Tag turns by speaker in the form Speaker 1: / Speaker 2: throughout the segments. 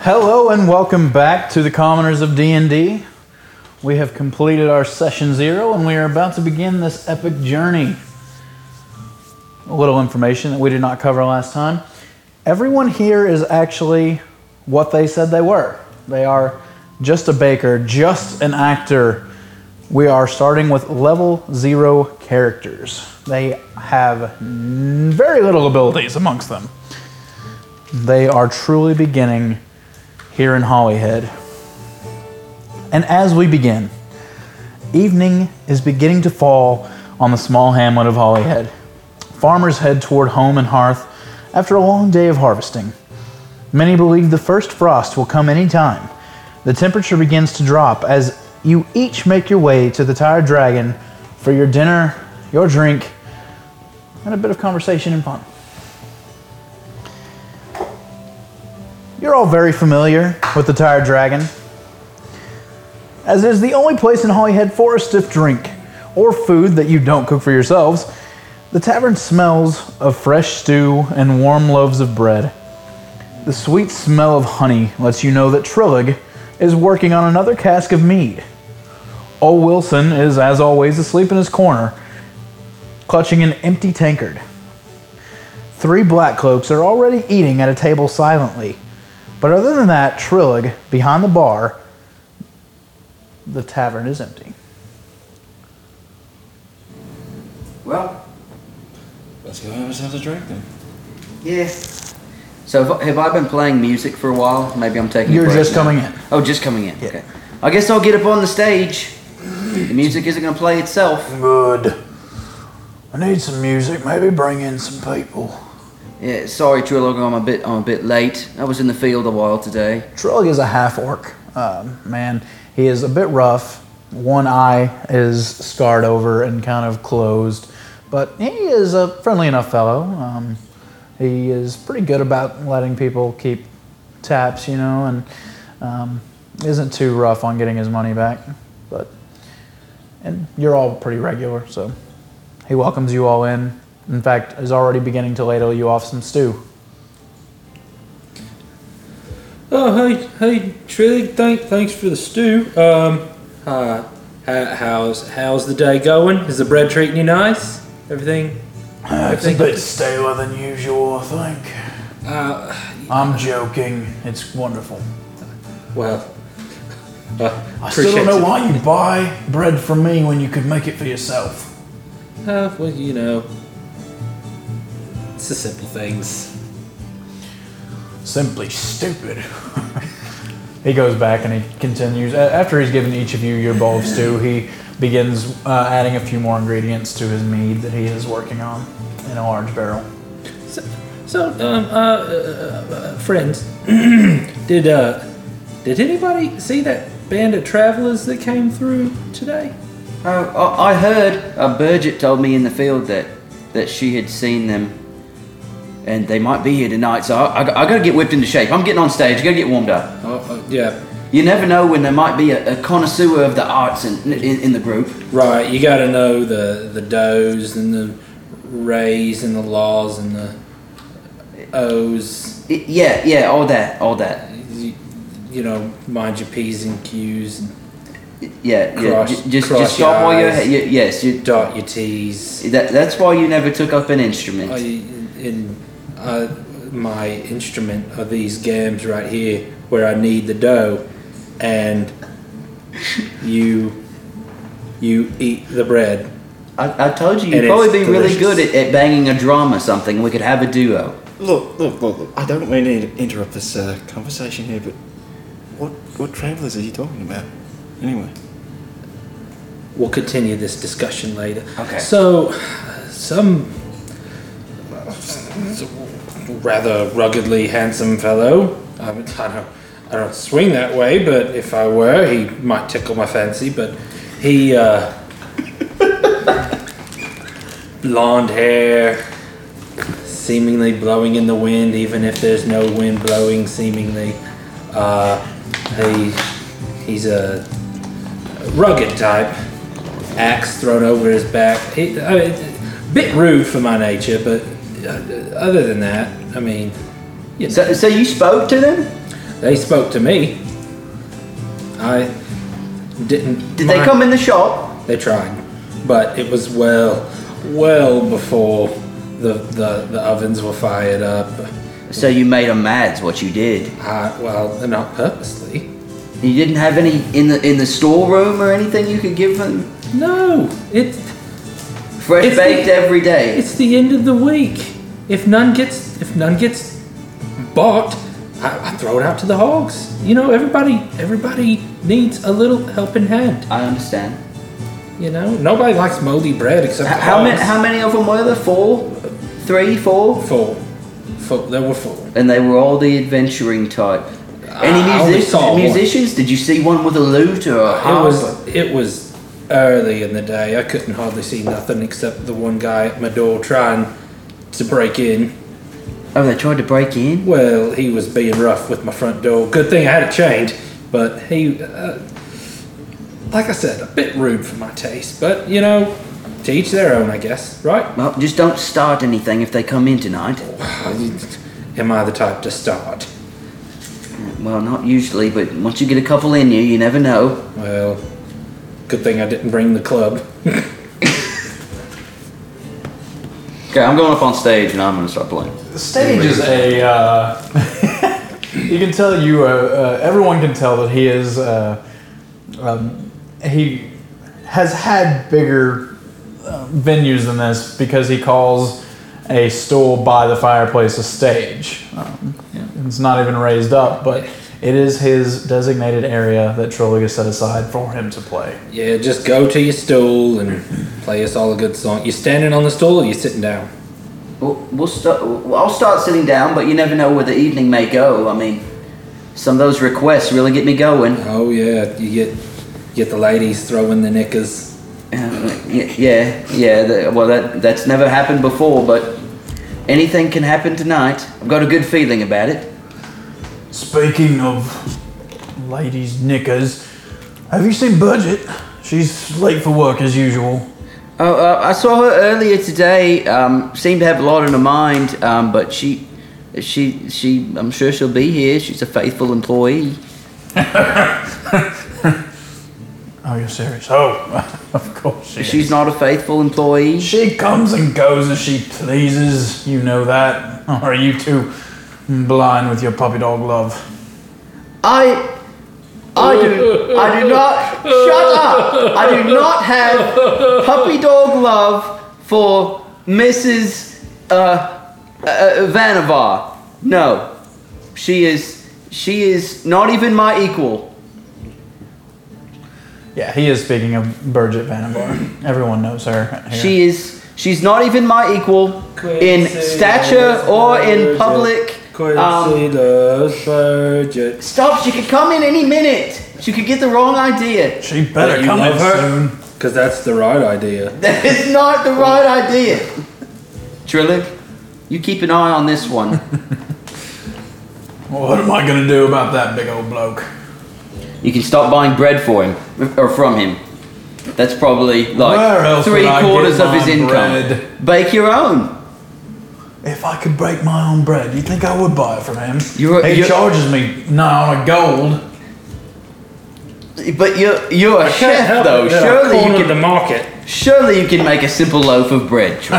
Speaker 1: Hello and welcome back to the Commoners of D&D. We have completed our session 0 and we are about to begin this epic journey. A little information that we did not cover last time. Everyone here is actually what they said they were. They are just a baker, just an actor. We are starting with level 0 characters. They have n- very little abilities amongst them. They are truly beginning here in Hollyhead. And as we begin, evening is beginning to fall on the small hamlet of Hollyhead. Farmers head toward home and hearth after a long day of harvesting. Many believe the first frost will come any time. The temperature begins to drop as you each make your way to the Tired Dragon for your dinner, your drink, and a bit of conversation and fun. You're all very familiar with the Tired Dragon, as it is the only place in Hollyhead for a stiff drink or food that you don't cook for yourselves. The tavern smells of fresh stew and warm loaves of bread. The sweet smell of honey lets you know that Trillig is working on another cask of mead. Ole Wilson is, as always, asleep in his corner, clutching an empty tankard. Three black cloaks are already eating at a table silently. But other than that, Trillig, behind the bar, the tavern is empty.
Speaker 2: Well,
Speaker 3: Let's go have ourselves a drink then.
Speaker 2: yes. So have, have I been playing music for a while? Maybe I'm taking. a
Speaker 1: You're
Speaker 2: break
Speaker 1: just
Speaker 2: now.
Speaker 1: coming in.
Speaker 2: Oh, just coming in. Okay. I guess I'll get up on the stage. The music isn't going to play itself.
Speaker 1: Good. I need some music. Maybe bring in some people.
Speaker 2: Yeah. Sorry, Trilog, I'm a bit. I'm a bit late. I was in the field a while today.
Speaker 1: Trillig is a half orc um, man. He is a bit rough. One eye is scarred over and kind of closed, but he is a friendly enough fellow. Um, he is pretty good about letting people keep taps, you know, and um, isn't too rough on getting his money back. But and you're all pretty regular, so he welcomes you all in. In fact, is already beginning to ladle you off some stew.
Speaker 3: Oh hey hey Trilly, thank thanks for the stew. Um, uh, how, how's how's the day going? Is the bread treating you nice? Everything?
Speaker 4: Uh, It's a
Speaker 3: Everything-
Speaker 4: bit staler than usual, I think.
Speaker 3: Uh,
Speaker 1: I'm joking. It's wonderful.
Speaker 3: well. Uh,
Speaker 4: I still don't
Speaker 3: appreciate
Speaker 4: know
Speaker 3: it.
Speaker 4: why you buy bread from me when you could make it for yourself.
Speaker 3: Uh, well, you know, it's the simple things.
Speaker 4: Simply stupid.
Speaker 1: He goes back and he continues. A- After he's given each of you your bowl of stew, he begins uh, adding a few more ingredients to his mead that he is working on in a large barrel.
Speaker 3: So, so um, uh, uh, uh, friends, did uh, did anybody see that band of travelers that came through today?
Speaker 2: Oh, I, I heard. Uh, Bridget told me in the field that that she had seen them. And they might be here tonight, so I, I, I gotta get whipped into shape. I'm getting on stage, I gotta get warmed up.
Speaker 3: Oh, uh, yeah,
Speaker 2: You never know when there might be a, a connoisseur of the arts in, in, in the group.
Speaker 3: Right, you got to know the the does and the rays and the laws and the o's.
Speaker 2: I- yeah, yeah, all that, all that.
Speaker 3: You, you know, mind your p's and q's and
Speaker 2: Y- Yeah, yeah.
Speaker 3: Cross-
Speaker 2: j- just,
Speaker 3: cross
Speaker 2: just stop
Speaker 3: your
Speaker 2: while you're.
Speaker 3: eyes.
Speaker 2: y- yes, you.
Speaker 3: dot your t's.
Speaker 2: That, that's why you never took up an instrument.
Speaker 3: I, in uh, my instrument are these gams right here where I need the dough, and you you eat the bread.
Speaker 2: I, I told you,
Speaker 3: And
Speaker 2: you'd probably
Speaker 3: it's
Speaker 2: be really
Speaker 3: delicious.
Speaker 2: good at, at banging a drum or something. We could have a duo.
Speaker 5: Look, look, look, look. I don't mean to interrupt this uh, conversation here, but what what travellers are you talking about? Anyway,
Speaker 3: We'll continue this discussion later.
Speaker 2: Okay.
Speaker 3: So, some rather ruggedly handsome fellow. I, mean, I don't, I don't swing that way, but if I were, he might tickle my fancy. But he, uh, blonde hair, seemingly blowing in the wind, even if there's no wind blowing. Seemingly, uh, he, he's a rugged type, axe thrown over his back. He, I mean, bit rude for my nature, but uh, other than that, I mean, you know,
Speaker 2: So, so you spoke to them?
Speaker 3: they spoke to me. I didn't.
Speaker 2: Did they
Speaker 3: mind-
Speaker 2: come in the shop?
Speaker 3: They tried, but it was well, well before the the, the ovens were fired up.
Speaker 2: So you made them mad's what you did.
Speaker 3: I, well, not purposely.
Speaker 2: You didn't have any in the in the storeroom or anything you could give them.
Speaker 3: No, it
Speaker 2: Fresh
Speaker 3: It's
Speaker 2: baked
Speaker 3: the-
Speaker 2: every day.
Speaker 3: It's the end of the week. If none gets if none gets bought, I, I throw it out to the hogs. You know, everybody everybody needs a little helping hand.
Speaker 2: I understand.
Speaker 3: You know, nobody likes moldy bread except
Speaker 2: H-
Speaker 3: the
Speaker 2: How many
Speaker 3: hogs.
Speaker 2: how many of them were there? Four, three, four,
Speaker 3: Four, four. There were four.
Speaker 2: and they were all the adventuring type. Any
Speaker 3: Ah, I only
Speaker 2: music-
Speaker 3: saw one.
Speaker 2: musicians? Did you see one with a lute or a
Speaker 3: It
Speaker 2: harp?
Speaker 3: was it was early in the day. I couldn't hardly see nothing except the one guy at my door trying to break in.
Speaker 2: oh, they tried to break in.
Speaker 3: Well, he was being rough with my front door. Good thing I had it chained, but he, uh, like I said, a bit rude for my taste. But you know, to each their own, I guess. Right?
Speaker 2: Well, just don't start anything if they come in tonight.
Speaker 3: Am I the type to start?
Speaker 2: Well, not usually, but once you get a couple in you, you never know.
Speaker 3: Well, good thing I didn't bring the club.
Speaker 2: Okay, I'm going up on stage and I'm going to start playing.
Speaker 1: The stage is a. Uh, you can tell you. Uh, uh, everyone can tell that he is. Uh, um, he has had bigger uh, venues than this because he calls a stool by the fireplace a stage. Um, It's not even raised up, but it is his designated area that Trollig has set aside for him to play.
Speaker 3: Yeah, just go to your stool and play us all a good song. You standing on the stool or you sitting down?
Speaker 2: We'll, we'll start. well, I'll start sitting down, but you never know where the evening may go. I mean, some of those requests really get me going.
Speaker 3: Oh yeah, you get get the ladies throwing the knickers.
Speaker 2: Uh, y- yeah, yeah. The, well, that that's never happened before, but anything can happen tonight. I've got a good feeling about it.
Speaker 1: Speaking of ladies' knickers, have you seen Budget? She's late for work as usual.
Speaker 2: Oh, uh, I saw her earlier today. Um, seemed to have a lot on her mind, um, but she, she, she. I'm sure she'll be here. She's a faithful employee.
Speaker 1: Oh, you're serious? Oh, of course she
Speaker 2: She's not a faithful employee.
Speaker 1: is. She comes and goes as she pleases. You know that. Or are you too blind with your puppy dog love?
Speaker 2: I I do I do not shut up. I do not have puppy dog love for Mrs. Uh, uh, Vannevar. No, she is she is not even my equal.
Speaker 1: Yeah, he is speaking of Bridget Vannevar. Everyone knows her. Here.
Speaker 2: She is she's not even my equal in
Speaker 3: Quincy
Speaker 2: stature
Speaker 3: loves
Speaker 2: or in
Speaker 3: Bridget.
Speaker 2: public.
Speaker 3: Quincy
Speaker 2: Um,
Speaker 3: loves Bridget.
Speaker 2: stop! She could come in any minute. She could get the wrong idea.
Speaker 1: She
Speaker 3: But
Speaker 1: better
Speaker 3: you
Speaker 1: come in
Speaker 3: love her?
Speaker 1: soon.
Speaker 3: Because that's the right idea.
Speaker 2: That is not the right idea. Trillick, you keep an eye on this one.
Speaker 1: What am I gonna do about that big old bloke?
Speaker 2: You can stop buying bread for him or from him. That's probably
Speaker 1: Where
Speaker 2: like
Speaker 1: else
Speaker 2: three
Speaker 1: would I
Speaker 2: quarters
Speaker 1: get
Speaker 2: of his
Speaker 1: my
Speaker 2: income.
Speaker 1: bread?
Speaker 2: Bake your own.
Speaker 1: If I could break my own bread, you think I would buy it from him?
Speaker 2: You're-
Speaker 1: he
Speaker 2: you're-
Speaker 1: charges me nine on a gold.
Speaker 2: But you're you're a chef though. Surely you can
Speaker 3: the market.
Speaker 2: surely you can make a simple loaf of bread. Tr-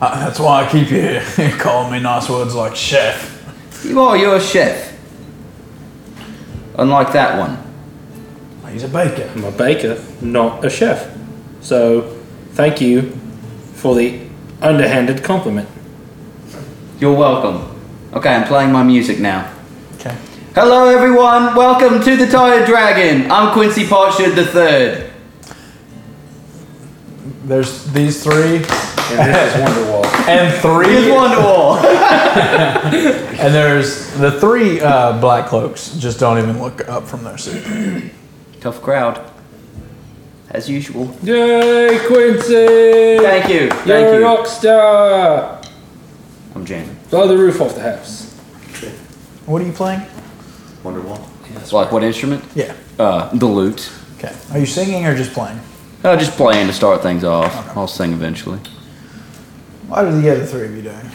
Speaker 1: Uh, that's why I keep you here, calling me nice words like chef.
Speaker 2: you are you're a chef. Unlike that one.
Speaker 1: He's a baker.
Speaker 3: I'm a baker, not a chef. So, thank you for the underhanded compliment.
Speaker 2: You're welcome. Okay, I'm playing my music now.
Speaker 1: Okay.
Speaker 2: Hello, everyone. Welcome to the Tired Dragon. I'm Quincy Potsherd the Third.
Speaker 1: There's these three
Speaker 3: And this is Wonderwall.
Speaker 1: and
Speaker 2: Here's
Speaker 1: three,
Speaker 2: Wonderwall.
Speaker 1: and there's the three uh, black cloaks. Just don't even look up from their seat.
Speaker 2: Tough crowd, as usual.
Speaker 3: Yay, Quincy!
Speaker 2: Thank you. Thank
Speaker 3: You're a
Speaker 2: you.
Speaker 3: rock star!
Speaker 2: I'm jamming.
Speaker 3: Blow the roof off the house.
Speaker 1: What are you playing?
Speaker 2: Wonderwall. like what instrument?
Speaker 1: Yeah.
Speaker 2: Uh, the lute.
Speaker 1: Okay. Are you singing or just playing?
Speaker 2: Uh, just playing to start things off. I'll sing eventually.
Speaker 1: What are the other three of you doing?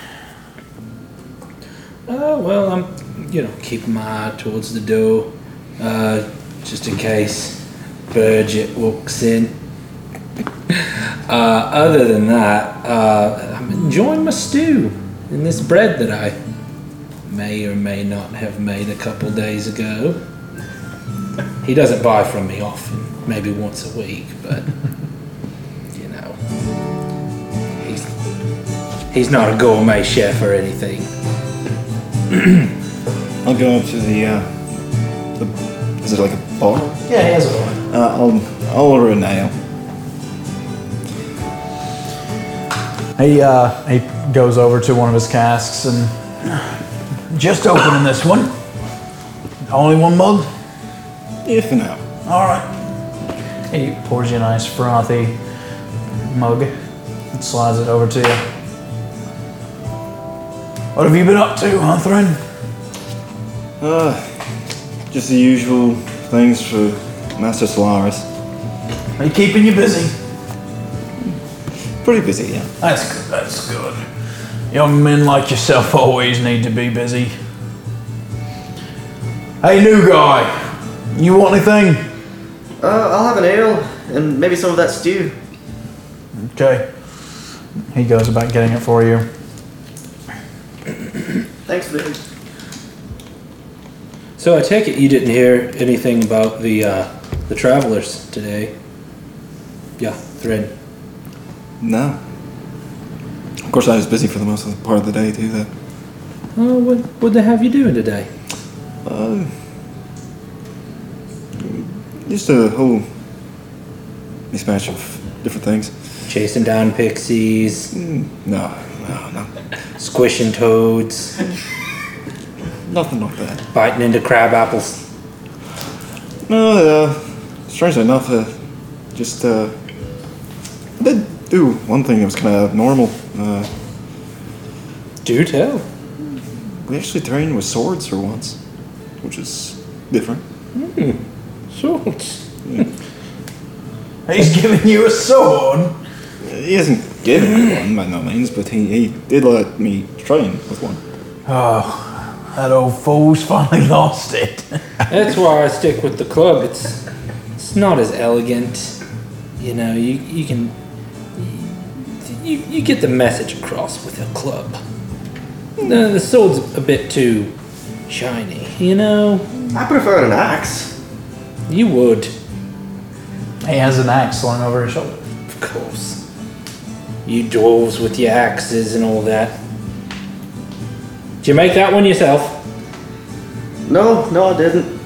Speaker 3: Oh, well, I'm, you know, keeping my eye towards the door, uh, just in case Birgit walks in. Uh, other than that, uh, I'm enjoying my stew and this bread that I may or may not have made a couple days ago. He doesn't buy from me often, maybe once a week, but you know, he's he's not a gourmet chef or anything.
Speaker 5: I'll go up to the, uh, the is it like a bottle?
Speaker 1: Yeah, he has one.
Speaker 5: Uh, I'll, I'll order a nail.
Speaker 1: He uh, he goes over to one of his casks and just opening this one. Only one mug.
Speaker 5: Yeah, for now.
Speaker 1: All right. He pours you a nice frothy mug and slides it over to you. What have you been up to, Hunthrin?
Speaker 5: Uh, just the usual things for Master Solaris.
Speaker 1: Are you keeping you busy?
Speaker 5: Pretty busy, yeah.
Speaker 1: That's good. That's good. Young men like yourself always need to be busy. Hey, new guy, you want anything?
Speaker 2: Uh, I'll have an ale and maybe some of that stew.
Speaker 1: Okay. He goes about getting it for you.
Speaker 2: Thanks, dude.
Speaker 3: So I take it you didn't hear anything about the uh, the travelers today. Yeah, Thrin.
Speaker 5: No. Of course, I was busy for the most of the part of the day, too, though.
Speaker 3: Oh, what what they have you doing today?
Speaker 5: Uh, just a whole mismatch of different things.
Speaker 3: Chasing down pixies,
Speaker 5: Mm, No, no, no.
Speaker 3: squishing toads,
Speaker 5: Nothing like that.
Speaker 3: biting into crab apples.
Speaker 5: No, uh, strangely enough, uh, just, uh, I did do one thing that was kind of abnormal. Uh,
Speaker 3: Do tell.
Speaker 5: we actually trained with swords for once, which is different.
Speaker 3: Swords.
Speaker 1: He's giving you a sword.
Speaker 5: He hasn't given me one by no means, but he, he did let me train with one.
Speaker 1: Oh, that old fool's finally lost it.
Speaker 3: That's why I stick with the club. It's it's not as elegant. You know, you you can you, you get the message across with a club. The, the sword's a bit too shiny, you know?
Speaker 2: I prefer an axe.
Speaker 3: You would.
Speaker 1: He has an axe slung over his shoulder.
Speaker 3: Of course. You dwarves with your axes and all that. Did you make that one yourself?
Speaker 2: No, no, I didn't.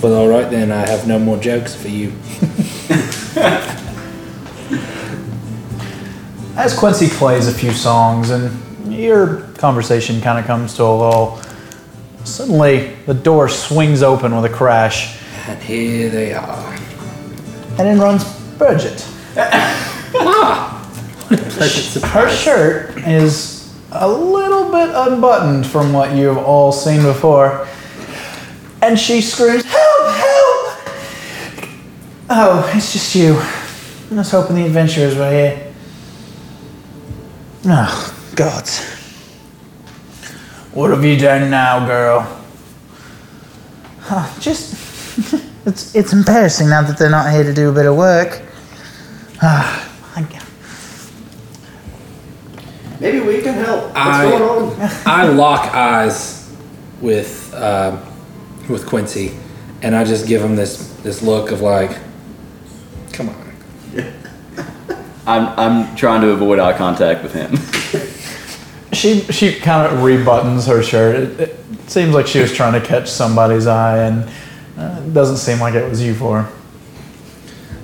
Speaker 3: Well, alright then, I have no more jokes for you.
Speaker 1: As Quincy plays a few songs and your conversation kind of comes to a lull, suddenly the door swings open with a crash
Speaker 3: And here they are.
Speaker 1: and in runs Bridget. Her shirt is a little bit unbuttoned from what you've all seen before, and she screams, Help! Help! Oh, it's just you. I was hoping the adventurers were here. Oh, God. What have you done now, girl? Huh, just. it's, it's embarrassing now that they're not here to do a bit of work. Ah, I,
Speaker 2: Maybe we can help. What's
Speaker 3: I-
Speaker 2: going on?
Speaker 3: I lock eyes with um with Quincy, and I just give him this this look of like, "Come on."
Speaker 6: I'm, I'm trying to avoid eye contact with him.
Speaker 1: She she kind of rebuttons her shirt. It, it seems like she was trying to catch somebody's eye, and uh, it doesn't seem like it was you for. her.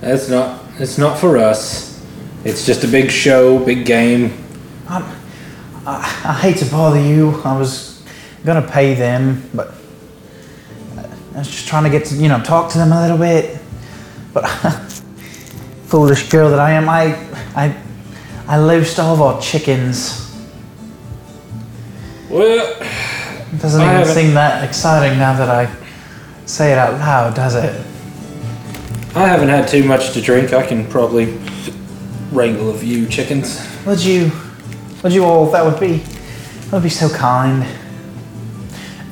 Speaker 3: That's not. It's not for us. It's just a big show, big game.
Speaker 1: I hate to bother you. I was gonna pay them, but uh, I was just trying to get to you know talk to them a little bit. But foolish girl that I am, I I I loosed all of our chickens.
Speaker 3: Well,
Speaker 1: It doesn't
Speaker 3: I
Speaker 1: even
Speaker 3: haven't-
Speaker 1: seem that exciting now that I say it out loud, does it?
Speaker 3: I haven't had too much to drink. I can probably wrangle a few chickens.
Speaker 1: Would you, would you all? That would be, that would be so kind.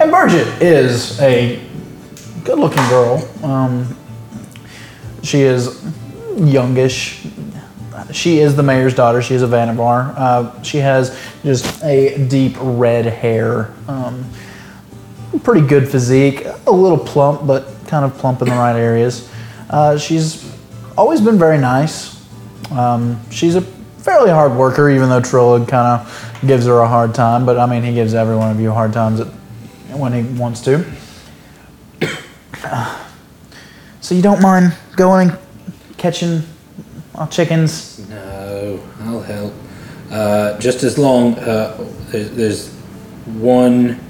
Speaker 1: And Bridget is a good-looking girl. Um, she is youngish. She is the mayor's daughter. She is a Vannevar. Uh, she has just a deep red hair. Um, pretty good physique. A little plump, but kind of plump in the right areas. Uh, she's always been very nice. Um, she's a fairly hard worker, even though Trillid kind of gives her a hard time. But I mean, he gives every one of you hard times at, when he wants to. Uh, so you don't mind going and catching our chickens?
Speaker 3: No, I'll help. Uh, just as long, uh, there's, there's one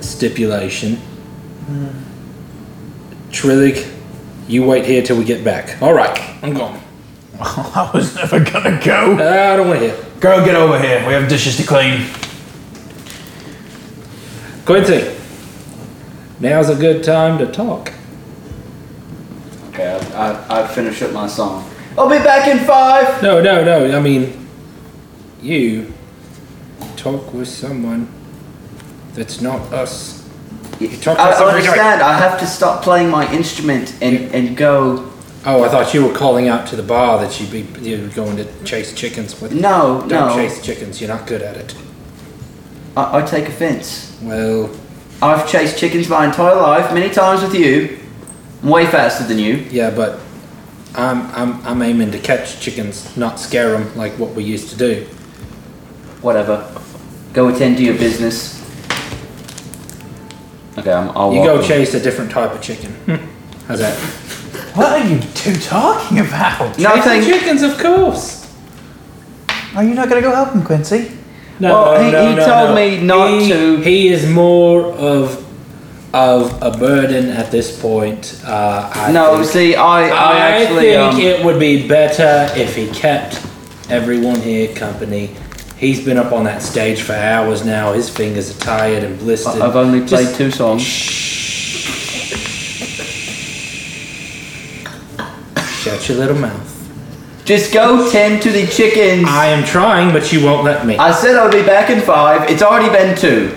Speaker 3: stipulation. Trillic, you wait here till we get back. All right, I'm gone. Uh,
Speaker 1: I was never gonna go.
Speaker 3: I don't want to hear.
Speaker 1: Girl, get over here. We have dishes to clean.
Speaker 3: Quincy, now's a good time to talk.
Speaker 6: Okay, I, I, I finish up my song.
Speaker 2: I'll be back in five.
Speaker 3: No, no, no. I mean, you talk with someone that's not us. You talk
Speaker 2: I
Speaker 3: with
Speaker 2: I
Speaker 3: someone-
Speaker 2: understand. I have to stop playing my instrument and, and go.
Speaker 3: Oh, I thought you were calling out to the bar that you'd be you were going to chase chickens with.
Speaker 2: No,
Speaker 3: Don't
Speaker 2: no.
Speaker 3: chase chickens. You're not good at it.
Speaker 2: I, I take offense.
Speaker 3: Well,
Speaker 2: I've chased chickens my entire life, many times with you. I'm way faster than you.
Speaker 3: yeah, but I'm I'm I'm aiming to catch chickens, not scare them like what we used to do.
Speaker 2: Whatever. Go attend to your business.
Speaker 6: Okay, I'm, I'll
Speaker 3: You
Speaker 6: walk
Speaker 3: go
Speaker 6: with-
Speaker 3: chase a different type of chicken.
Speaker 2: Hmm.
Speaker 3: How's that?
Speaker 1: What are you two talking about?
Speaker 2: Nothing.
Speaker 3: Chasing chickens, of course.
Speaker 1: Are you not gonna go help him, Quincy?
Speaker 3: No,
Speaker 2: Well, he-
Speaker 3: no,
Speaker 2: he
Speaker 3: no,
Speaker 2: told
Speaker 3: no.
Speaker 2: me not
Speaker 3: He-
Speaker 2: to.
Speaker 3: He is more of of a burden at this point. Uh, I
Speaker 2: No,
Speaker 3: think-
Speaker 2: see, I, I,
Speaker 3: I
Speaker 2: actually.
Speaker 3: think
Speaker 2: um,
Speaker 3: it would be better if he kept everyone here company. He's been up on that stage for hours now. His fingers are tired and blistered.
Speaker 2: I- um, I've only played
Speaker 3: Just-
Speaker 2: two songs.
Speaker 3: Shut your little mouth.
Speaker 2: Just go tend to the chickens.
Speaker 3: I am trying, but you won't let me.
Speaker 2: I said I'll be back in five. It's already been two.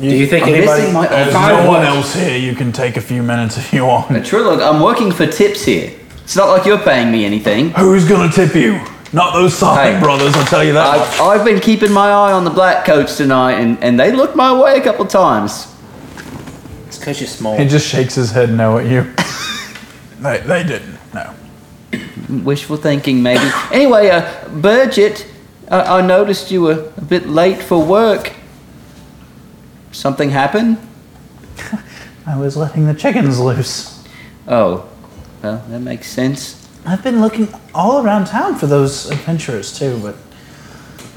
Speaker 3: Do you think
Speaker 2: I'm
Speaker 3: anybody?
Speaker 2: missing my
Speaker 4: There's
Speaker 2: own.
Speaker 4: no
Speaker 3: Five
Speaker 4: one else
Speaker 3: watts.
Speaker 4: here. You can take a few minutes if you want.
Speaker 2: Trilog, I'm working for tips here. It's not like you're paying me anything.
Speaker 4: Who's gonna tip you? Not those Sonic
Speaker 2: Hey.
Speaker 4: brothers, I'll tell you that. much.
Speaker 2: I've, I've been keeping my eye on the black coats tonight, and, and they looked my way a couple times.
Speaker 3: It's because you're small.
Speaker 1: He just shakes his head no at you.
Speaker 4: They, they didn't. No.
Speaker 2: Wishful thinking, maybe. Anyway, uh, Bridget, uh, I noticed you were a bit late for work. Something happened?
Speaker 1: I was letting the chickens loose.
Speaker 2: Oh, well, that makes sense.
Speaker 1: I've been looking all around town for those adventurers too, but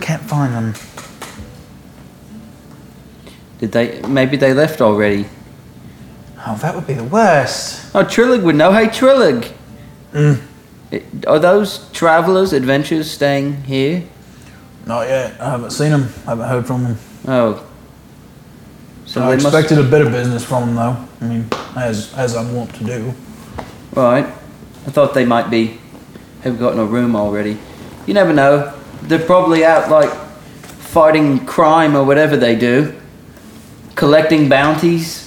Speaker 1: can't find them.
Speaker 2: Did they? Maybe they left already.
Speaker 1: Oh, that would be the worst.
Speaker 2: Oh, Trillig would know. Hey, Trillig. It- Are those travelers, adventurers, staying here?
Speaker 4: Not yet. I haven't seen them. I haven't heard from them.
Speaker 2: Oh. So
Speaker 4: I
Speaker 2: they must-
Speaker 4: expected a bit of business from them, though. I mean, as as I want to do.
Speaker 2: Right. I thought they might be have gotten a room already. You never know. They're probably out like fighting crime or whatever they do. Collecting bounties.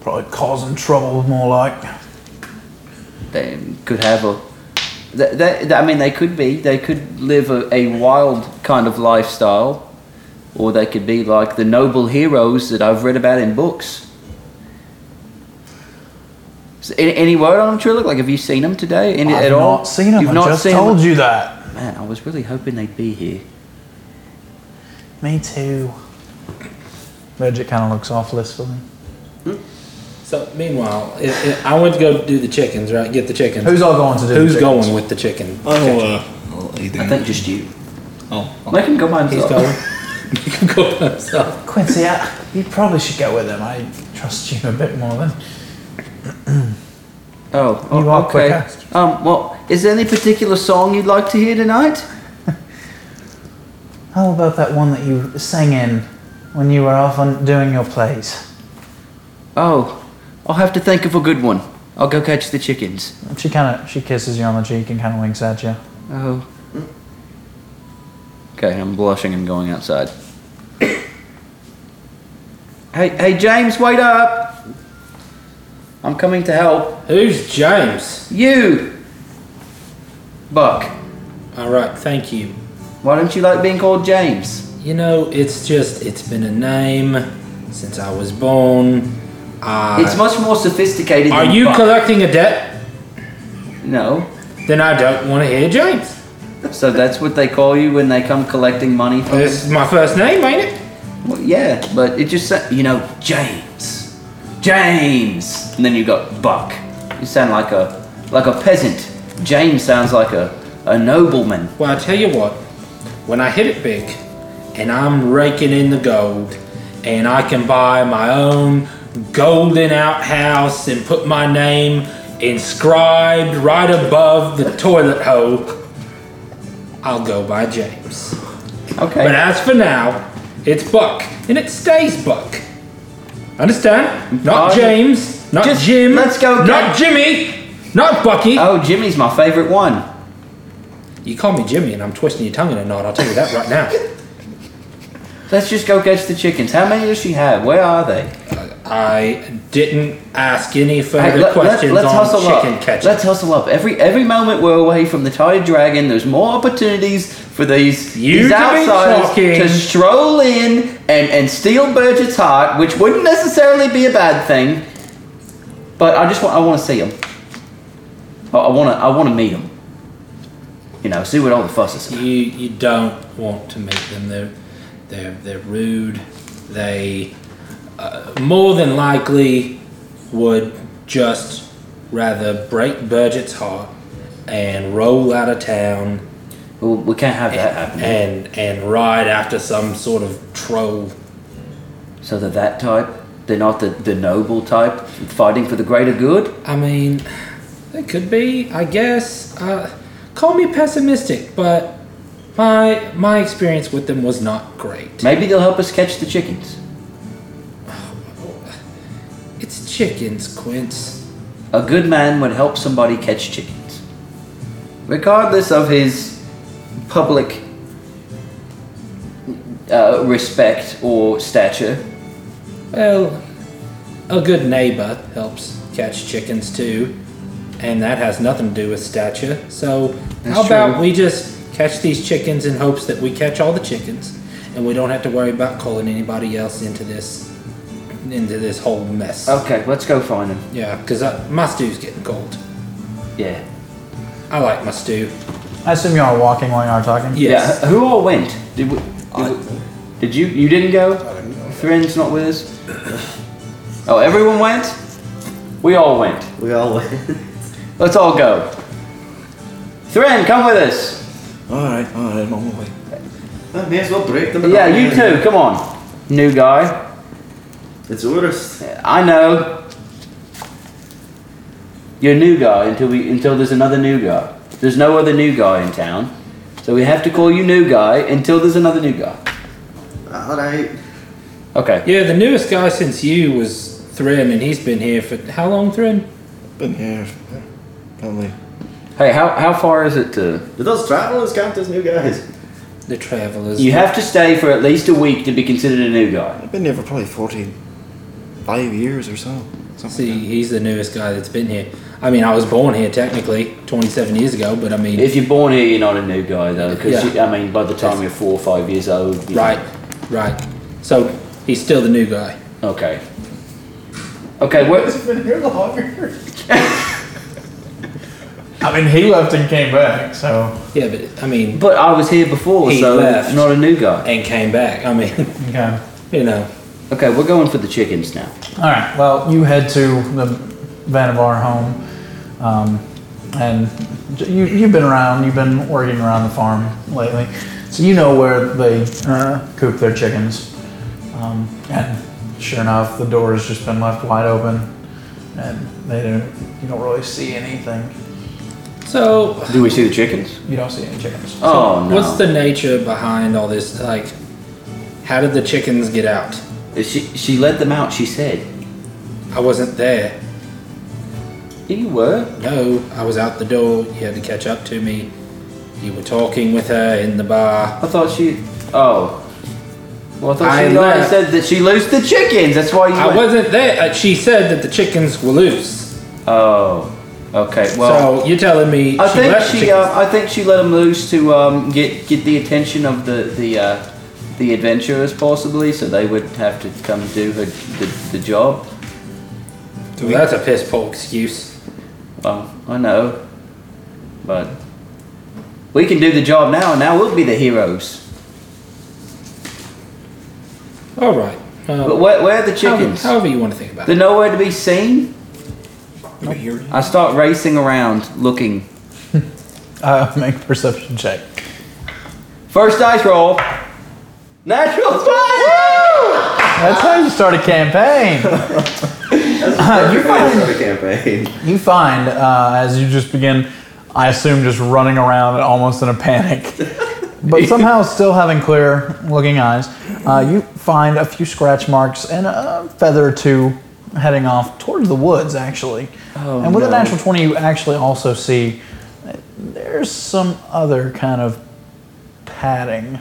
Speaker 4: Probably causing trouble, more like.
Speaker 2: They could have a they, they, I mean they could be. They could live a, a wild kind of lifestyle. Or they could be like the noble heroes that I've read about in books. So, any, any word on him, Trillic? Like, have you seen him today? Any,
Speaker 1: I've
Speaker 2: at
Speaker 1: not
Speaker 2: all?
Speaker 1: seen him.
Speaker 2: You've
Speaker 1: I
Speaker 2: not
Speaker 1: just
Speaker 2: seen
Speaker 1: told
Speaker 2: him?
Speaker 1: you that.
Speaker 2: Man, I was really hoping they'd be here.
Speaker 1: Me too. Magic kind of looks off listfully.
Speaker 3: So meanwhile, it, it, I went to go do the chickens, right? Get the chickens.
Speaker 1: Who's all going to do?
Speaker 3: Who's
Speaker 1: the chickens?
Speaker 3: going with the chicken?
Speaker 5: I'll, uh, I'll lay
Speaker 2: I
Speaker 5: down.
Speaker 2: think just you.
Speaker 5: Oh, oh.
Speaker 2: Let him go by
Speaker 3: He's
Speaker 2: himself.
Speaker 3: going. He can go by himself.
Speaker 1: Quincy, I, you probably should go with him. I trust you a bit more than.
Speaker 2: Oh,
Speaker 1: You
Speaker 2: o-
Speaker 1: are
Speaker 2: okay.
Speaker 1: quickest.
Speaker 2: Um, well, is there any particular song you'd like to hear tonight?
Speaker 1: How about that one that you sang in when you were off on doing your plays?
Speaker 2: Oh, I'll have to think of a good one. I'll go catch the chickens.
Speaker 1: She kind of she kisses you on the cheek and kind of winks at you.
Speaker 2: Oh. Okay, I'm blushing and going outside. hey, hey, James, wait up! I'm coming to help.
Speaker 3: Who's James?
Speaker 2: You! Buck,
Speaker 3: All right, thank you.
Speaker 2: why don't you like being called James?
Speaker 3: You know, it's just it's been a name since I was born. Uh,
Speaker 2: it's much more sophisticated
Speaker 3: are
Speaker 2: than
Speaker 3: you
Speaker 2: Buck.
Speaker 3: collecting a debt?
Speaker 2: No.
Speaker 3: Then I don't want to hear James.
Speaker 2: So that's what they call you when they come collecting money from
Speaker 3: This is my first name, ain't it?
Speaker 2: Well, yeah, but it just sa- you know James, James, and then you got Buck. You sound like a like a peasant. James sounds like a a nobleman.
Speaker 3: Well, I tell you what, when I hit it big, and I'm raking in the gold, and I can buy my own golden outhouse and put my name inscribed right above the toilet hole, I'll go by James. But
Speaker 2: Okay.
Speaker 3: as for now, it's Buck, and it stays Buck. Understand? Not
Speaker 2: Uh,
Speaker 3: James, not
Speaker 2: just
Speaker 3: Jim,
Speaker 2: let's go
Speaker 3: not
Speaker 2: get-
Speaker 3: Jimmy, not Bucky.
Speaker 2: Oh, Jimmy's my favorite one.
Speaker 3: You call me Jimmy, and I'm twisting your tongue in a knot. I'll tell you that right now.
Speaker 2: Let's just go catch the chickens. How many does she have? Where are they?
Speaker 3: I didn't ask any further
Speaker 2: Hey, let-
Speaker 3: questions
Speaker 2: let, us
Speaker 3: on
Speaker 2: hustle
Speaker 3: chicken
Speaker 2: up.
Speaker 3: catching.
Speaker 2: Let's hustle up. Every every moment we're away from the Tired Dragon, there's more opportunities for these,
Speaker 3: You
Speaker 2: these
Speaker 3: to be
Speaker 2: outsiders
Speaker 3: talking.
Speaker 2: to stroll in and, and steal Bridget's heart, which wouldn't necessarily be a bad thing. But I just want I want to see them. I, I want to I want to meet them. You know, see what all the fuss is
Speaker 3: You
Speaker 2: about.
Speaker 3: you don't want to meet them. They're they're they're rude. They uh, more than likely would just rather break Burgett's heart and roll out of town
Speaker 2: Well, we can't have that happen.
Speaker 3: and and ride after some sort of troll.
Speaker 2: So they're that type. They're not the, the noble type fighting for the greater good.
Speaker 3: I mean, it could be. I guess. Uh, call me pessimistic, but my my experience with them was not great.
Speaker 2: Maybe they'll help us catch the chickens.
Speaker 3: It's chickens, Quince.
Speaker 2: A good man would help somebody catch chickens. Regardless of his public uh, respect or stature.
Speaker 3: Well, a good neighbor helps catch chickens too, and that has nothing to do with stature. So,
Speaker 2: That's
Speaker 3: how about
Speaker 2: true.
Speaker 3: we just catch these chickens in hopes that we catch all the chickens, and we don't have to worry about calling anybody else into this into this whole mess.
Speaker 2: Okay, let's go find him.
Speaker 3: Yeah, because my stew's getting cold.
Speaker 2: Yeah.
Speaker 3: I like my stew.
Speaker 1: I assume you all are walking while you are talking.
Speaker 3: Yes.
Speaker 2: Yeah. Who all went? Did we, did, we- did you? You didn't go. Friends not with us. Oh, everyone went. We all went.
Speaker 6: We all went.
Speaker 2: Let's all go. Thren, come with us.
Speaker 5: Alright, alright, I'm on my way.
Speaker 6: May as well break them.
Speaker 2: Yeah, you too. Come on, new guy.
Speaker 6: It's orders.
Speaker 2: I know. You're a new guy until we until there's another new guy. There's no other new guy in town, so we have to call you new guy until there's another new guy.
Speaker 6: All right.
Speaker 2: Okay.
Speaker 3: Yeah, the newest guy since you was Thrin, and he's been here for how long, Thrin?
Speaker 5: Been here probably
Speaker 2: Hey, how how far is it to?
Speaker 6: Do those travelers count as new guys?
Speaker 3: The Travelers.
Speaker 2: You have to stay for at least a week to be considered a new guy.
Speaker 5: I've been here for probably 45 years or so. Something
Speaker 3: See, he's the newest guy that's been here. I mean, I was born here technically 27 years ago, but I mean,
Speaker 2: If you're born here, you're not a new guy though, because
Speaker 3: Yeah.
Speaker 2: I mean, by the time you're four or five years old, you-
Speaker 3: right, right. So he's still the new guy.
Speaker 2: Okay.
Speaker 7: Okay, what?
Speaker 1: been here longer. I mean, he left and came back, so.
Speaker 3: Yeah, but I mean,
Speaker 7: But I was here before,
Speaker 3: He
Speaker 7: so
Speaker 3: left.
Speaker 7: not a new guy.
Speaker 3: and came back. I mean,
Speaker 1: Okay.
Speaker 3: you know,
Speaker 7: Okay, we're going for the chickens now.
Speaker 1: All right. Well, you head to the Vannevar home, um, and j- you, you've been around. You've been working around the farm lately, so you know where they uh, coop their chickens. Um, and sure enough, the door has just been left wide open, and they don't. You don't really see anything.
Speaker 3: so
Speaker 2: Do we see the chickens?
Speaker 1: You don't see any chickens.
Speaker 2: Oh no!
Speaker 3: what's the nature behind all this? Like, how did the chickens get out?
Speaker 2: she she let them out. She said
Speaker 3: I wasn't there.
Speaker 2: you were.
Speaker 3: No, I was out the door. You had to catch up to me. You were talking with her in the bar.
Speaker 2: I thought she. Oh. Well, I thought
Speaker 3: I
Speaker 2: she lied and
Speaker 3: left.
Speaker 2: said that she loosed the chickens. That's why you.
Speaker 3: I
Speaker 2: went.
Speaker 3: wasn't there. Uh, She said that the chickens were loose.
Speaker 2: Oh. Okay. Well.
Speaker 3: so you're telling me
Speaker 2: I
Speaker 3: she
Speaker 2: think
Speaker 3: left the
Speaker 2: she,
Speaker 3: chickens-
Speaker 2: uh, I think she let him loose to um, get get the attention of the the uh, the adventurers possibly, so they would have to come do her the, the job.
Speaker 3: Well, that's a piss poor excuse.
Speaker 2: Well, I know, but we can do the job now, and now we'll be the heroes.
Speaker 3: All right. Uh,
Speaker 2: But where, where are the
Speaker 3: how-
Speaker 2: chickens?
Speaker 3: however you want to think about it.
Speaker 2: They're nowhere to be seen.
Speaker 5: Here.
Speaker 2: I start racing around looking.
Speaker 1: Uh, make perception check.
Speaker 2: First dice roll. Natural twenty.
Speaker 1: That's how you start a campaign. you find
Speaker 2: Another campaign.
Speaker 1: You find uh, as you just begin, I assume, just running around and almost in a panic, but somehow still having clear looking eyes, uh, you find a few scratch marks and a feather or two heading off towards the woods, actually.
Speaker 2: Oh,
Speaker 1: and with a
Speaker 2: no.
Speaker 1: natural 20, you actually also see uh, there's some other kind of padding.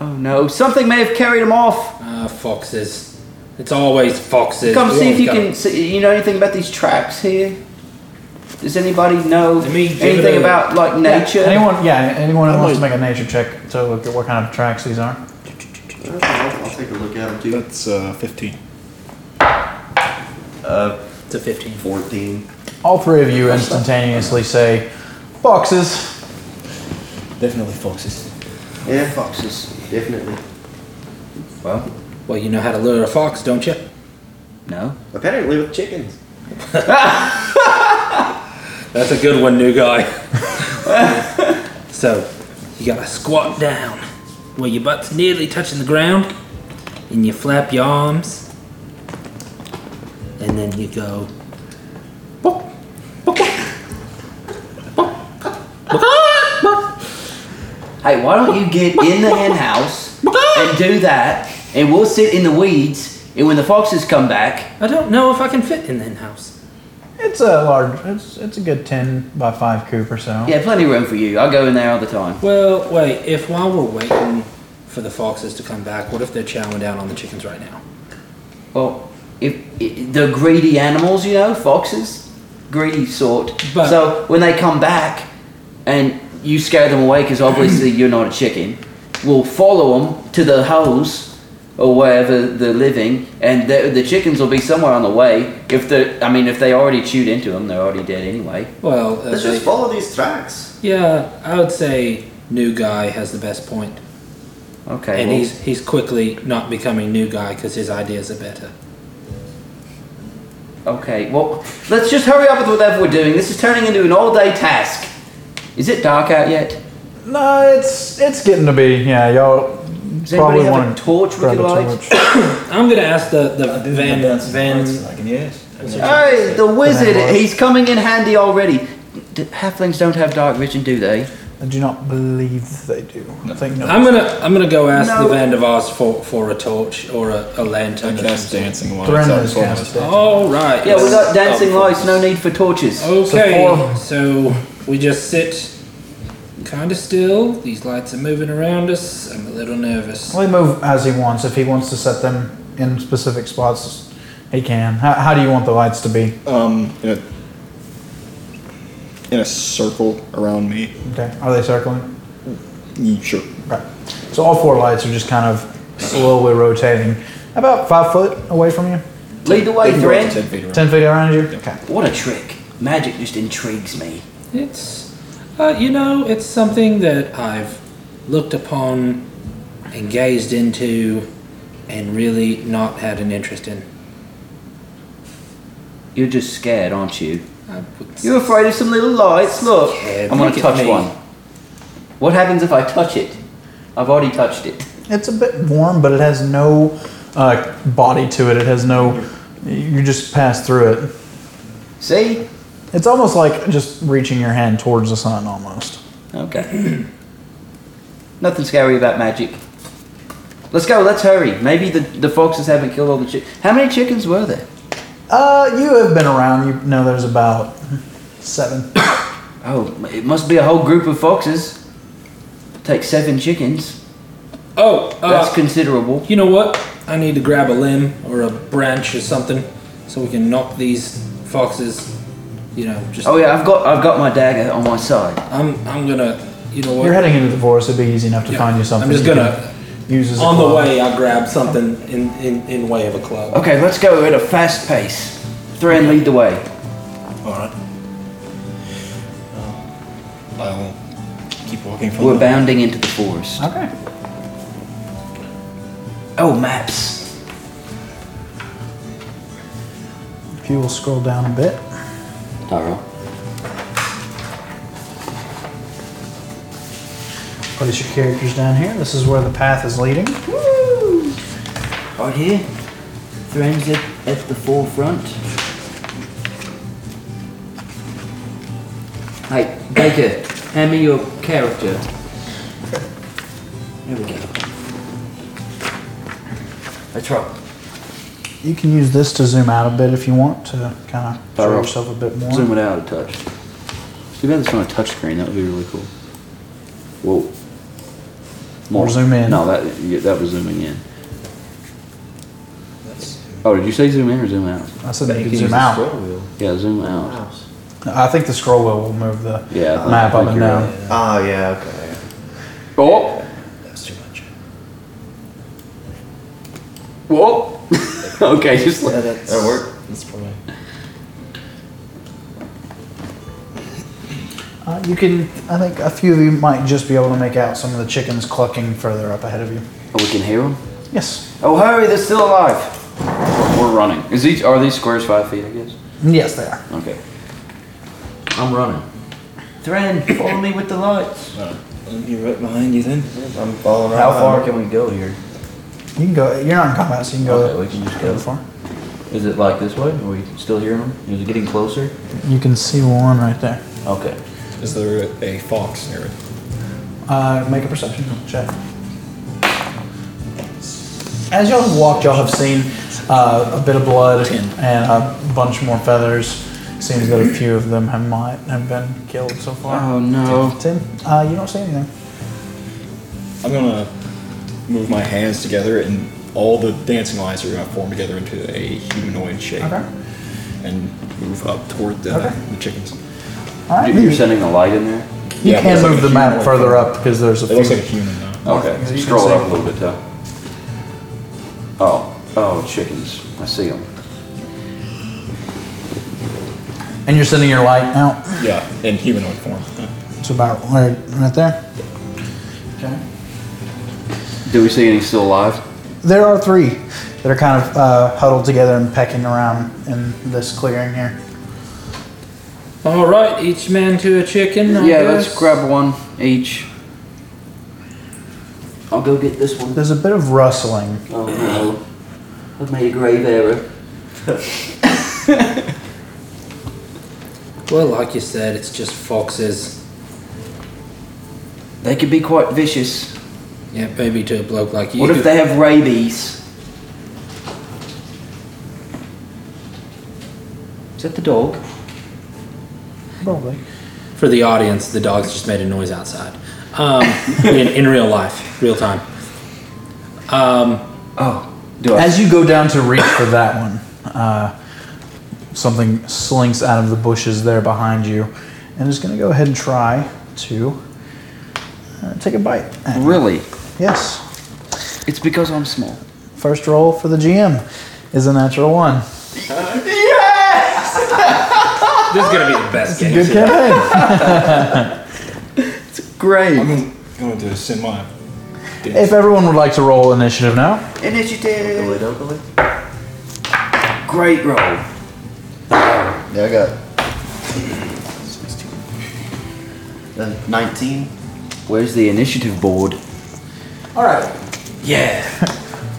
Speaker 2: Oh no! Something may have carried him off.
Speaker 3: Ah, foxes. It's always foxes.
Speaker 2: Come
Speaker 3: We
Speaker 2: see if
Speaker 3: always
Speaker 2: you
Speaker 3: got-
Speaker 2: can. See, you know anything about these traps here? Does anybody know
Speaker 3: Let me give it
Speaker 2: anything
Speaker 3: a-
Speaker 2: about like nature? Oh,
Speaker 1: Anyone, yeah, anyone who
Speaker 5: I'm
Speaker 1: wants to
Speaker 5: like-
Speaker 1: make a nature check to look at what kind of tracks these are?
Speaker 2: I'll, I'll take a look at them too.
Speaker 5: That's uh, 15.
Speaker 3: It's a 15.
Speaker 2: Fourteen.
Speaker 1: All three of you instantaneously say, boxes.
Speaker 5: Definitely foxes.
Speaker 2: Yeah, foxes, definitely. Well,
Speaker 3: Well, you know how to lure a fox, don't you?
Speaker 2: no.
Speaker 8: Apparently with chickens.
Speaker 3: That's a good one, new guy. so, you gotta squat down where your butt's nearly touching the ground, and you flap your arms, and then you go. "Boop, boop, boop, boop, boop, boop."
Speaker 2: Hey, why don't you get in the hen house and do that, and we'll sit in the weeds, and when the foxes come back,
Speaker 3: I don't know if I can fit in the house.
Speaker 1: It's a large. It's it's a good ten by five coop or so.
Speaker 2: yeah, plenty of room for you. I go in there all the time.
Speaker 3: Well, wait, if while we're waiting for the foxes to come back, what if they're chowing down on the chickens right now?
Speaker 2: Well, if, i the greedy animals, you know, foxes, greedy sort.
Speaker 3: But-
Speaker 2: so when they come back, and you scare them away because obviously you're not a chicken, we'll follow them to the house or wherever they're living, and the, the chickens will be somewhere on the way. If the, I mean, if they already chewed into them, they're already dead anyway.
Speaker 3: Well, uh,
Speaker 8: Let's
Speaker 3: they-
Speaker 8: just follow these tracks.
Speaker 3: Yeah, I would say new guy has the best point,
Speaker 2: Okay.
Speaker 3: and
Speaker 2: well-
Speaker 3: he's he's quickly not becoming new guy because his ideas are better.
Speaker 2: Okay, well, let's just hurry up with whatever we're doing. This is turning into an all day task. Is it dark out yet?
Speaker 1: No, it's it's getting to be. Yeah, y'all
Speaker 2: Does
Speaker 1: probably
Speaker 2: anybody have
Speaker 1: want
Speaker 2: a torch we could light?
Speaker 3: I'm gonna ask the the Van Van.
Speaker 8: Like, yes.
Speaker 2: Hey, the wizard,
Speaker 1: light?
Speaker 2: he's coming in handy already. D- halflings don't have dark vision, do they?
Speaker 1: I do not believe they do. I think no.
Speaker 3: I'm gonna I'm gonna go ask
Speaker 2: No.
Speaker 3: the Van de Vars for for a torch or a, a
Speaker 5: I
Speaker 3: lantern. or
Speaker 5: cast
Speaker 3: something.
Speaker 5: dancing lights.
Speaker 1: Thorendon
Speaker 5: on
Speaker 1: is
Speaker 5: four of
Speaker 1: cast
Speaker 5: us.
Speaker 1: down.
Speaker 3: All right.
Speaker 2: Yeah, we
Speaker 3: it's-
Speaker 2: got dancing
Speaker 3: oh,
Speaker 2: lights, no need for torches.
Speaker 3: Okay,
Speaker 1: So four.
Speaker 3: so we just sit kind of still. These lights are moving around us. I'm a little nervous.
Speaker 1: Well, he move as he wants. If he wants to set them in specific spots, he can. How, how do you want the lights to be?
Speaker 5: Um, in a, in a circle around me.
Speaker 1: Okay, are they circling?
Speaker 5: Mm, Sure.
Speaker 1: Right. So all four lights are just kind of slowly rotating, about five foot away from you.
Speaker 2: Lead the way,
Speaker 9: They can go up to
Speaker 2: Thran.
Speaker 9: ten feet around.
Speaker 1: 10 feet around you? Okay.
Speaker 2: What a trick. Magic just intrigues me.
Speaker 3: It's, uh, you know, it's something that I've looked upon and gazed into and really not had an interest in.
Speaker 2: You're just scared, aren't you?
Speaker 3: I would
Speaker 2: You're afraid of some little lights. Look,
Speaker 3: Scared.
Speaker 2: I'm going
Speaker 3: Look
Speaker 2: to
Speaker 3: at
Speaker 2: touch
Speaker 3: me.
Speaker 2: one. What happens if I touch it? I've already touched it.
Speaker 1: It's a bit warm, but it has no uh, body to it. It has no. You just pass through it.
Speaker 2: See?
Speaker 1: It's almost like just reaching your hand towards the sun, almost.
Speaker 2: Okay. Nothing scary about magic. Let's go. Let's hurry. Maybe the, the foxes haven't killed all the chickens. How many chickens were there?
Speaker 1: Uh, you have been around. You know there's about seven.
Speaker 2: Oh, m- it must be a whole group of foxes. Take seven chickens.
Speaker 3: Oh, uh,
Speaker 2: That's considerable.
Speaker 3: you know what? I need to grab a limb or a branch or something so we can knock these foxes. You know, just
Speaker 2: Oh yeah, I've got I've got my dagger on my side.
Speaker 3: I'm I'm gonna. You know what?
Speaker 1: You're heading into the forest. It'd be easy enough to
Speaker 3: Yeah.
Speaker 1: find you something.
Speaker 3: I'm just
Speaker 1: you
Speaker 3: gonna-
Speaker 1: can use as a
Speaker 3: on
Speaker 1: club.
Speaker 3: the way, I grab something in in in way of a club.
Speaker 2: Okay, let's go at a fast pace. Thran, lead the way.
Speaker 9: All right. Um, I will keep walking for a
Speaker 2: We're
Speaker 9: little.
Speaker 2: bounding into the forest.
Speaker 1: Okay.
Speaker 2: Oh, maps.
Speaker 1: If you will scroll down a bit.
Speaker 2: Tyrell.
Speaker 1: Place your characters down here. This is where the path is leading.
Speaker 2: Right here. Thran's at, at the forefront. Hey, Baker, hand me your character. There we go. That's right.
Speaker 1: You can use this to zoom out a bit if you want to kind of show
Speaker 2: Alright.
Speaker 1: yourself a bit more.
Speaker 2: Zoom it out a touch. Too bad it's on a touch screen. That would be really cool. Whoa.
Speaker 1: Or zoom in.
Speaker 2: No, that yeah, that was zooming in. Oh, did you say zoom in or zoom out?
Speaker 1: I said you can zoom out.
Speaker 2: Yeah, zoom out.
Speaker 1: I think the scroll wheel will move the
Speaker 2: Yeah, I think-
Speaker 1: map
Speaker 2: I
Speaker 1: up
Speaker 2: think
Speaker 1: and
Speaker 2: you're
Speaker 1: down.
Speaker 2: right.
Speaker 8: Oh, yeah, okay.
Speaker 2: Oh,
Speaker 8: That's too much.
Speaker 2: whoa. oh. okay, just
Speaker 9: Yeah,
Speaker 2: let
Speaker 9: that's,
Speaker 8: That work?
Speaker 9: That's probably.
Speaker 1: Uh, you can, I think a few of you might just be able to make out some of the chickens clucking further up ahead of you.
Speaker 2: Oh, we can hear them.
Speaker 1: Yes.
Speaker 2: Oh, hurry! They're still alive. We're running. Is these are these squares five feet? I guess.
Speaker 1: Yes, they are.
Speaker 2: Okay. I'm running. Thran, follow me with the lights.
Speaker 9: You're right behind you then.
Speaker 8: I'm following
Speaker 2: How
Speaker 8: around.
Speaker 2: far can we go here?
Speaker 1: You can go, you're not in combat, so you can go
Speaker 2: Okay, we can just go.
Speaker 1: that far.
Speaker 2: Is it like this way? Are we still hearing them? Is it getting closer?
Speaker 1: You can see one right there.
Speaker 2: Okay.
Speaker 5: Is there a fox near it?
Speaker 1: Uh, make a perception check. As y'all have walked, y'all have seen uh, a bit of blood and a bunch more feathers. Seems that a few of them have might have been killed so
Speaker 5: Uh-huh.
Speaker 1: far.
Speaker 2: no.
Speaker 1: Tim, uh, you don't see anything.
Speaker 5: I'm gonna move my hands together and all the dancing lines are gonna form together into a humanoid shape.
Speaker 1: Okay.
Speaker 5: And move up toward the,
Speaker 1: Okay.
Speaker 5: the chickens.
Speaker 1: All right.
Speaker 2: You're sending a light in there?
Speaker 1: You
Speaker 5: Yeah, it
Speaker 1: can
Speaker 5: looks like
Speaker 1: move
Speaker 5: a
Speaker 1: the map
Speaker 5: humanoid.
Speaker 1: further up because there's a
Speaker 5: It looks like a
Speaker 1: few.
Speaker 5: human now.
Speaker 1: Oh, You
Speaker 2: Okay.
Speaker 1: can
Speaker 2: Scroll
Speaker 1: see
Speaker 2: up a
Speaker 1: them.
Speaker 2: little bit, though. Oh. Oh, chickens. I see them.
Speaker 1: And you're sending your light out
Speaker 5: Yeah, in humanoid form.
Speaker 1: to about right, right there. Okay.
Speaker 2: Do we see any still alive?
Speaker 1: There are three that are kind of uh, huddled together and pecking around in this clearing here.
Speaker 3: All right, each man to a chicken. I
Speaker 2: yeah,
Speaker 3: guess.
Speaker 2: let's grab one each. I'll go get this one.
Speaker 1: There's a bit of rustling.
Speaker 2: Oh no. I've made a grave error.
Speaker 3: Well, like you said, it's just foxes.
Speaker 2: They could be quite vicious.
Speaker 3: Yeah, maybe to a bloke like you.
Speaker 2: What if they have rabies? Is that the dog?
Speaker 1: Probably.
Speaker 3: For the audience, the dogs just made a noise outside. Um, in, in real life, real time. Um,
Speaker 2: Oh, do I?
Speaker 1: As you go down to reach for that one, uh, something slinks out of the bushes there behind you and is going to go ahead and try to uh, take a bite.
Speaker 2: really?
Speaker 1: Yes.
Speaker 2: It's because I'm small.
Speaker 1: First roll for the GM is a natural one.
Speaker 3: This is gonna be the best game.
Speaker 1: Good campaign.
Speaker 10: Great.
Speaker 5: I'm going to send my.
Speaker 1: If everyone would like to roll initiative now.
Speaker 10: Initiative.
Speaker 2: Great roll.
Speaker 8: Yeah, I got. 16. Then 19.
Speaker 2: Where's the initiative board?
Speaker 10: All right.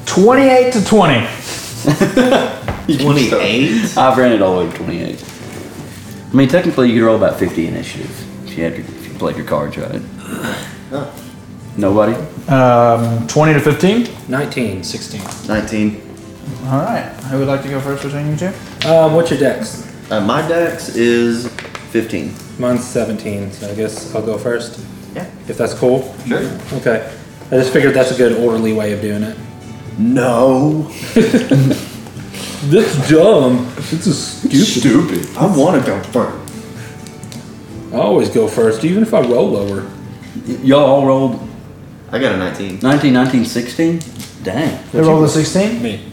Speaker 1: 28 to 20.
Speaker 8: 28?
Speaker 2: I've ran it all over 28. I mean, technically, you could roll about 50 initiatives if you had your, if you played your cards right. Nobody.
Speaker 1: Um, 20 to 15.
Speaker 3: 19.
Speaker 5: 16.
Speaker 8: 19.
Speaker 1: All right. Who would like to go first between you two?
Speaker 3: Um, what's your dex?
Speaker 8: Uh, my dex is 15.
Speaker 3: Mine's 17, so I guess I'll go first.
Speaker 8: Yeah.
Speaker 3: If that's cool.
Speaker 8: Sure.
Speaker 3: Okay. I just figured that's a good orderly way of doing it.
Speaker 8: No.
Speaker 3: That's dumb. This is stupid.
Speaker 8: Stupid. I want to go first.
Speaker 3: I always go first, even if I roll lower.
Speaker 2: Y- y'all all rolled
Speaker 8: I got a 19.
Speaker 2: 19, 19, 16. Dang.
Speaker 1: They rolled a 16.
Speaker 5: Me.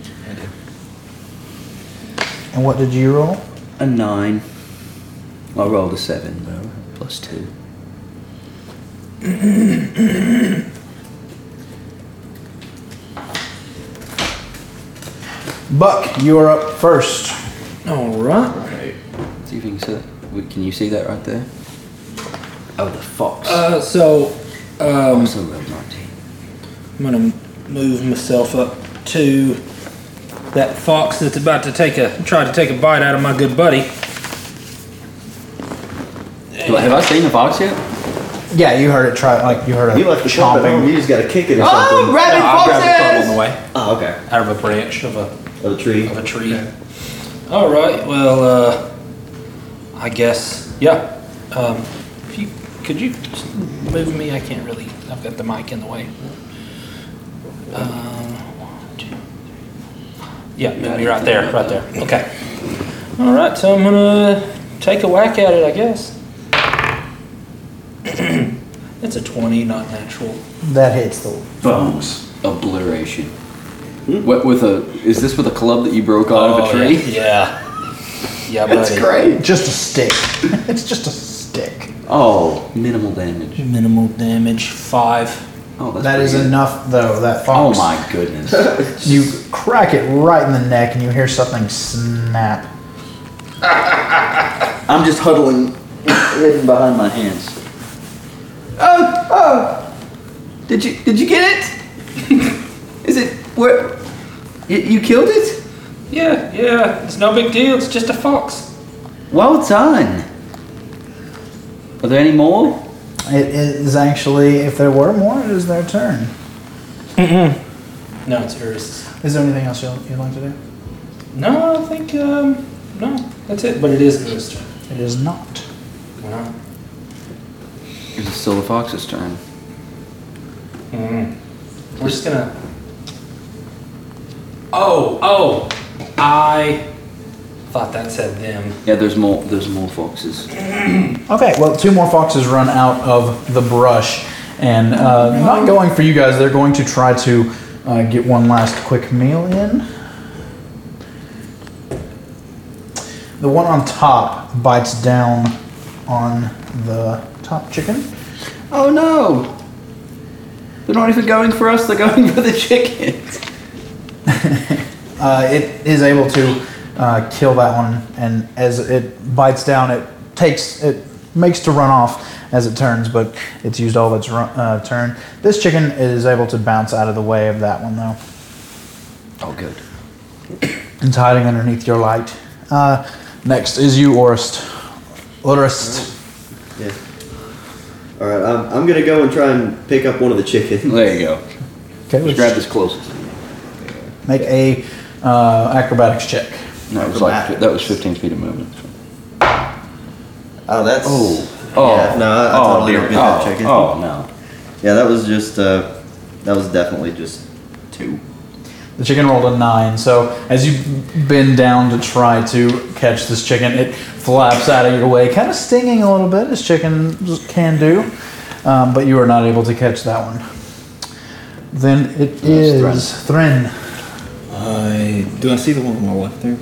Speaker 1: And what did you roll?
Speaker 2: A nine. I rolled a seven, though. Plus two.
Speaker 1: Buck, you are up first.
Speaker 3: All right.
Speaker 2: See if you can see that. Wait, Can you see that right there? Oh, the fox.
Speaker 3: Uh, so um,
Speaker 2: also rolled 19.
Speaker 3: I'm gonna move myself up to that fox that's about to take a try to take a bite out of my good buddy.
Speaker 2: Do I- have I seen the fox yet?
Speaker 1: Yeah, you heard it try, like, you heard it
Speaker 8: You left the shop at home. You just got to kick it or
Speaker 10: Oh,
Speaker 8: something.
Speaker 10: rabbit
Speaker 3: No, I grabbed a couple on
Speaker 10: foxes!
Speaker 3: the way
Speaker 8: Oh, okay.
Speaker 3: out of a branch of a
Speaker 8: Of the tree.
Speaker 3: of a tree. All right. Well, uh, I guess yeah. Um, if you could you just move me? I can't really. I've got the mic in the way. Um, one, two, three. Yeah, move me right there, right there. Okay. All right. So I'm gonna take a whack at it, I guess. It's a 20, not natural.
Speaker 1: That hits the.
Speaker 2: Bones. Obliteration. What with a? Is this with a club that you broke out of a tree?
Speaker 3: Oh, Yeah. Yeah, buddy.
Speaker 2: That's great.
Speaker 1: Just a stick. it's just a stick.
Speaker 2: Oh, minimal damage.
Speaker 3: Minimal damage, five.
Speaker 2: Oh, that's
Speaker 1: That
Speaker 2: pretty
Speaker 1: is
Speaker 2: good.
Speaker 1: enough, though, that
Speaker 2: Oh
Speaker 1: fox.
Speaker 2: my goodness.
Speaker 1: You crack it right in the neck and you hear something snap.
Speaker 2: I'm just huddling, hidden behind my hands.
Speaker 10: Oh, oh! Did you did you get it? Is it where? You, you killed it?
Speaker 3: Yeah, yeah, it's no big deal. It's just a fox.
Speaker 2: Well done. Are there any more?
Speaker 1: It is actually, if there were more, it is their turn.
Speaker 3: No, it's hers.
Speaker 1: Is there anything else you'll- you'd like to do?
Speaker 3: No, I think um, no, that's it. But it is hers. turn.
Speaker 1: It is not.
Speaker 3: Wow.
Speaker 2: It's still the fox's turn.
Speaker 3: We're just gonna. Oh, oh! I thought that said them.
Speaker 2: Yeah, there's more. There's more foxes.
Speaker 1: Okay, well, two more foxes run out of the brush, and uh, not going for you guys. They're going to try to uh, get one last quick meal in. The one on top bites down on the top chicken.
Speaker 2: Oh no! They're not even going for us. They're going for the chickens.
Speaker 1: Uh, it is able to uh, kill that one, and as it bites down, it takes it makes to run off as it turns, but it's used all of its run, uh, turn. This chicken is able to bounce out of the way of that one, though.
Speaker 2: Oh, good.
Speaker 1: It's hiding underneath your light. Uh, next is you, Orist. Orist.
Speaker 8: Yeah. All right, I'm, I'm gonna go and try and pick up one of the chickens.
Speaker 2: There you go.
Speaker 1: Okay, let's
Speaker 2: Let's grab this closest.
Speaker 1: make a uh, acrobatics check.
Speaker 2: That was like that was 15 feet of movement.
Speaker 8: Oh, that's.
Speaker 2: Oh, oh,
Speaker 8: Yeah, no, I- I
Speaker 2: oh,
Speaker 8: totally
Speaker 2: dear.
Speaker 8: don't get that
Speaker 2: Oh,
Speaker 8: chicken.
Speaker 2: Oh no.
Speaker 8: Yeah, that was just. Uh, that was definitely just two.
Speaker 1: The chicken rolled a nine, so as you bend down to try to catch this chicken, it flaps out of your way, kind of stinging a little bit, as chicken can do, um, but you are not able to catch that one. Then it is Thren.
Speaker 5: I do I see the one on my left there?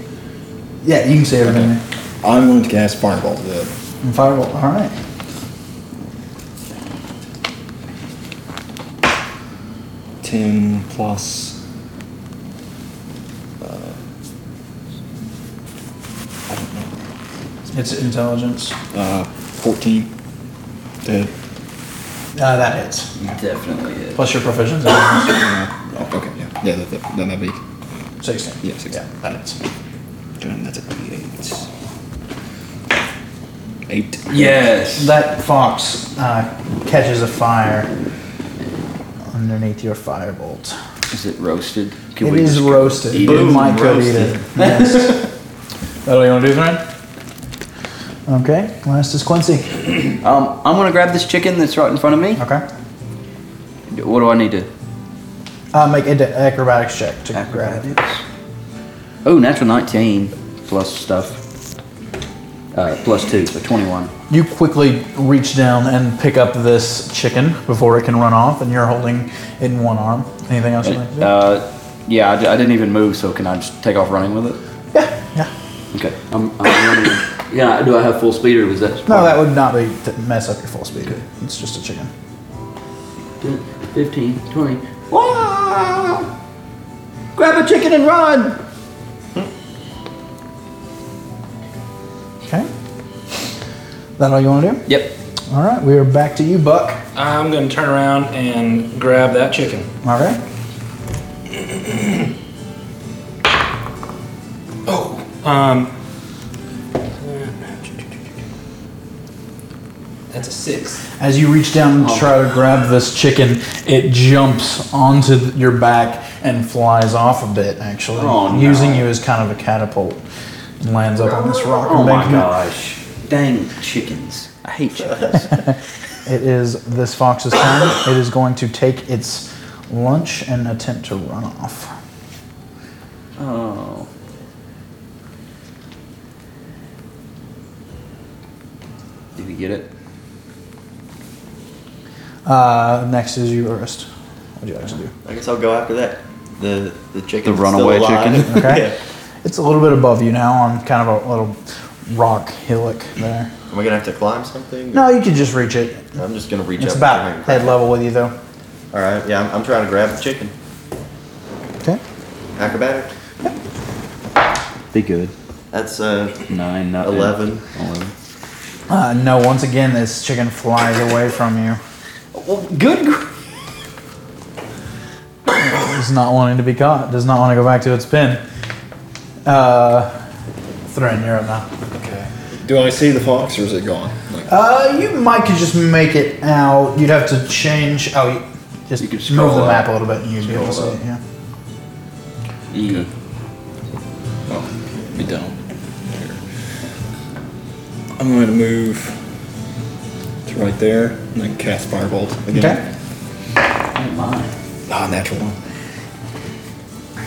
Speaker 1: Yeah, you can see everything there.
Speaker 5: I'm going to cast Fireball to the.
Speaker 1: And fireball. All right.
Speaker 5: Ten plus. Uh, I don't know.
Speaker 1: It's intelligence.
Speaker 5: Uh, fourteen. Dead.
Speaker 1: Uh, that hits.
Speaker 2: Definitely is.
Speaker 1: Plus your proficiency. bonus.
Speaker 5: Oh, okay, yeah, yeah, that, that, then that'd be.
Speaker 1: 16.
Speaker 5: Yeah, 16.
Speaker 1: Yeah, that hits.
Speaker 5: Damn, that's a D8. Eight.
Speaker 2: Yes.
Speaker 1: That fox uh, catches a fire underneath your firebolt.
Speaker 2: Is it roasted? Can
Speaker 1: It
Speaker 2: we
Speaker 1: is
Speaker 2: just-
Speaker 1: roasted.
Speaker 2: eat
Speaker 1: Boom,
Speaker 2: it?
Speaker 1: Mike could eat it. Yes. That all you want to do, friend? Okay, last is Quincy.
Speaker 2: Um, I'm gonna grab this chicken that's right in front of me.
Speaker 1: Okay.
Speaker 2: What do I need to?
Speaker 1: Uh, make an acrobatics check to grab it.
Speaker 2: Acrobatics. Oh, natural 19 plus stuff. Uh, plus two, so 21.
Speaker 1: You quickly reach down and pick up this chicken before it can run off, and you're holding it in one arm. Anything else you like to do?
Speaker 2: Uh, yeah, I, d- I didn't even move, so can I just take off running with it?
Speaker 1: yeah, yeah.
Speaker 2: Okay. I'm, I'm running. Yeah, do I have full speed or was that?
Speaker 1: No, that would not be to mess up your full speed. It's just a chicken.
Speaker 2: 15, 20. Wah! Grab a chicken and run!
Speaker 1: Okay. That all you want to do?
Speaker 2: Yep.
Speaker 1: All right, we are back to you, Buck.
Speaker 3: I'm gonna turn around and grab that chicken.
Speaker 1: All right.
Speaker 3: Um, that's a six.
Speaker 1: As you reach down and try to grab this chicken, it jumps onto th- your back and flies off a bit, actually,
Speaker 2: Oh, no.
Speaker 1: using you as kind of a catapult. And lands up on this rock
Speaker 2: Oh my
Speaker 1: embankment.
Speaker 2: gosh. Dang chickens. I hate chickens.
Speaker 1: It is this fox's turn. It is going to take its lunch and attempt to run off.
Speaker 2: oh. Did he get it?
Speaker 1: Uh, next is you, Urist. What do you like to do?
Speaker 8: I guess I'll go after that. The the chicken.
Speaker 2: runaway chicken?
Speaker 1: Okay. It's a little bit above you now on kind of a little rock hillock there.
Speaker 8: Am I gonna have to climb something?
Speaker 1: No, you can just reach it.
Speaker 8: I'm just gonna reach
Speaker 1: It's
Speaker 8: up.
Speaker 1: about head level with you, though.
Speaker 8: All right. Yeah, I'm, I'm trying to grab the chicken.
Speaker 1: Okay.
Speaker 8: Acrobatic.
Speaker 2: Be good.
Speaker 8: That's uh.
Speaker 2: Nine, not
Speaker 8: Eleven.
Speaker 2: Eleven.
Speaker 1: Uh, no, once again, this chicken flies away from you.
Speaker 2: Well, good. gr-
Speaker 1: It's not wanting to be caught. Does not want to go back to its pen. Uh, Thren, you're up now.
Speaker 5: Okay. Do I see the fox or is it gone? Like,
Speaker 1: Uh, you might could just make it out. You'd have to change. Oh, you just
Speaker 2: You could
Speaker 1: move
Speaker 2: scroll
Speaker 1: the
Speaker 2: up.
Speaker 1: map a little bit, and you'd be able to see
Speaker 5: Scroll
Speaker 1: it. Yeah.
Speaker 2: E.
Speaker 5: oh, be down. Here. I'm going to move to right there and then cast Firebolt again.
Speaker 1: Okay.
Speaker 2: Oh my.
Speaker 5: Ah, natural one.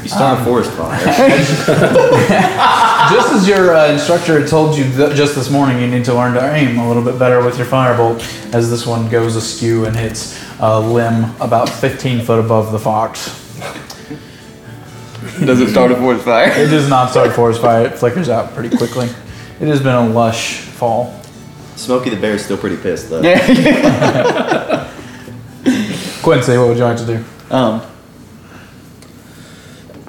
Speaker 8: You start a forest fire.
Speaker 1: just as your uh, instructor had told you th- just this morning, you need to learn to aim a little bit better with your firebolt, as this one goes askew and hits a limb about 15 foot above the fox.
Speaker 2: Does it start a forest fire?
Speaker 1: It does not start forest fire. It flickers out pretty quickly. It has been a lush fall.
Speaker 8: Smokey the Bear's still pretty pissed though.
Speaker 1: Quincy, what would you like to do?
Speaker 2: Um,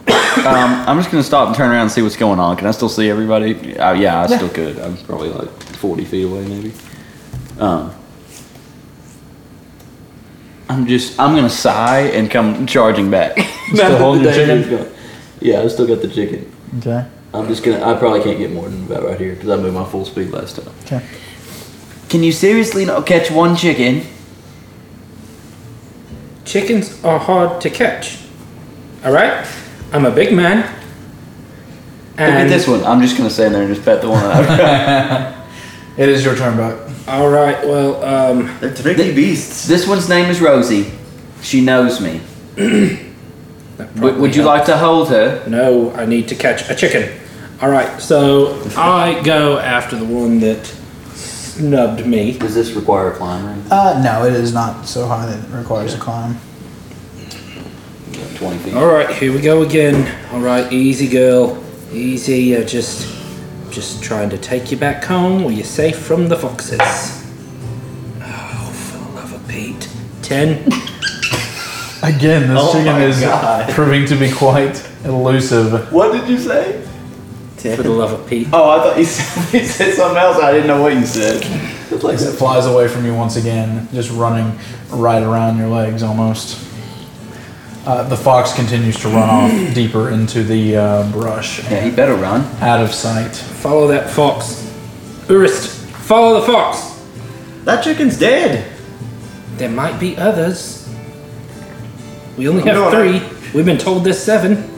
Speaker 2: um, I'm just gonna stop and turn around and see what's going on. Can I still see everybody? Uh, yeah, I still could. I'm probably like 40 feet away, maybe. Um, I'm just. I'm gonna sigh and come charging back. Now that
Speaker 1: holding
Speaker 2: the
Speaker 1: your
Speaker 2: danger's gone. Yeah, I still got the chicken.
Speaker 1: Okay.
Speaker 2: I'm just gonna. I probably can't get more than about right here because I moved my full speed last time.
Speaker 1: Okay.
Speaker 2: Can you seriously not catch one chicken?
Speaker 3: Chickens are hard to catch. All right, I'm a big man.
Speaker 2: Look at
Speaker 3: And
Speaker 2: this one. I'm just gonna stand there and just pet the one out.
Speaker 1: It is your turn, Buck.
Speaker 3: All right, well, um,
Speaker 8: They're tricky beasts.
Speaker 2: this one's name is Rosie. She knows me. Would, would you like to hold her?
Speaker 3: No, I need to catch a chicken. All right, so I go after the one that snubbed me.
Speaker 2: Does this require a climb
Speaker 1: Uh, no, it is not so high that it requires a climb.
Speaker 2: ring? Twenty feet.
Speaker 3: All right, here we go again. All right, easy girl, easy. Uh, just just trying to take you back home where you're safe from the foxes. Oh, for the love of Pete. Ten.
Speaker 1: Again, this
Speaker 8: Oh
Speaker 1: chicken
Speaker 8: my
Speaker 1: is
Speaker 8: God.
Speaker 1: proving to be quite elusive.
Speaker 8: What did you say?
Speaker 3: for the love of Pete.
Speaker 8: Oh, I thought you said, you said something else. I didn't know what you said.
Speaker 1: The place that flies away from you once again, just running right around your legs almost. Uh, the fox continues to run off deeper into the uh, brush,
Speaker 6: Yeah, he better run.
Speaker 1: out of sight.
Speaker 3: Follow that fox. Urist, follow the fox.
Speaker 8: That chicken's dead.
Speaker 3: There might be others. We only have
Speaker 8: going
Speaker 3: three. We've been told there's seven.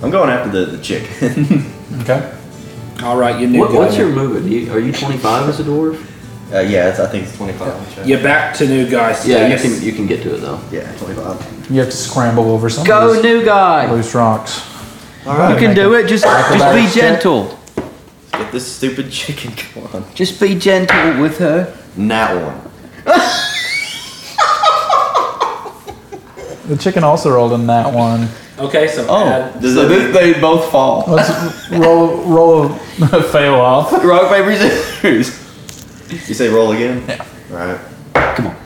Speaker 8: I'm going after the, the chicken.
Speaker 1: Okay.
Speaker 3: All right, your new
Speaker 6: What,
Speaker 3: guy.
Speaker 6: what's your movement? Are you, are you 25 as a dwarf?
Speaker 8: Uh, yeah, it's, I think it's 25.
Speaker 3: You're back to new guy
Speaker 6: Yeah, you
Speaker 3: status.
Speaker 6: can you can get to it though.
Speaker 8: Yeah, 25.
Speaker 1: You have to scramble over some of
Speaker 6: Go
Speaker 1: these
Speaker 6: new guy.
Speaker 1: loose rocks.
Speaker 6: You can do it. Just just
Speaker 1: Acrobatics
Speaker 6: be
Speaker 1: check.
Speaker 6: gentle.
Speaker 8: Get this stupid chicken. Come on.
Speaker 6: Just be gentle with her.
Speaker 8: Nat one.
Speaker 1: The chicken also rolled in that one.
Speaker 3: Okay, so add-
Speaker 8: Does that mean-
Speaker 6: they both fall.
Speaker 1: Let's roll, roll a fail off.
Speaker 6: Rock paper scissors.
Speaker 8: you say roll again? Yeah. Alright.
Speaker 6: Come on.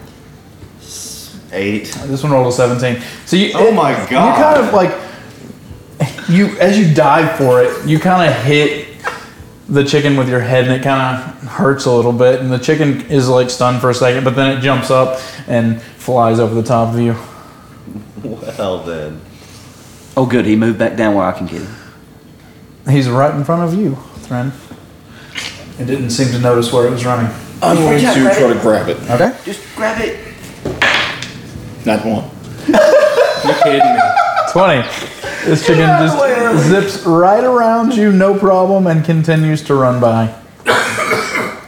Speaker 8: Eight.
Speaker 1: This one rolled a 17. So you,
Speaker 8: Oh my God.
Speaker 1: You kind of like you as you dive for it, you kind of hit the chicken with your head, and it kind of hurts a little bit. And the chicken is like stunned for a second, but then it jumps up and flies over the top of you.
Speaker 8: Well then.
Speaker 6: Oh, good. He moved back down where I can get him.
Speaker 1: He's right in front of you, Thren. It didn't seem to notice where it was running.
Speaker 11: I'm going to try to grab it.
Speaker 1: Okay.
Speaker 6: Just grab it.
Speaker 11: Not one.
Speaker 3: you kidding me?
Speaker 1: 20. This chicken just zips right around you, no problem, and continues to run by.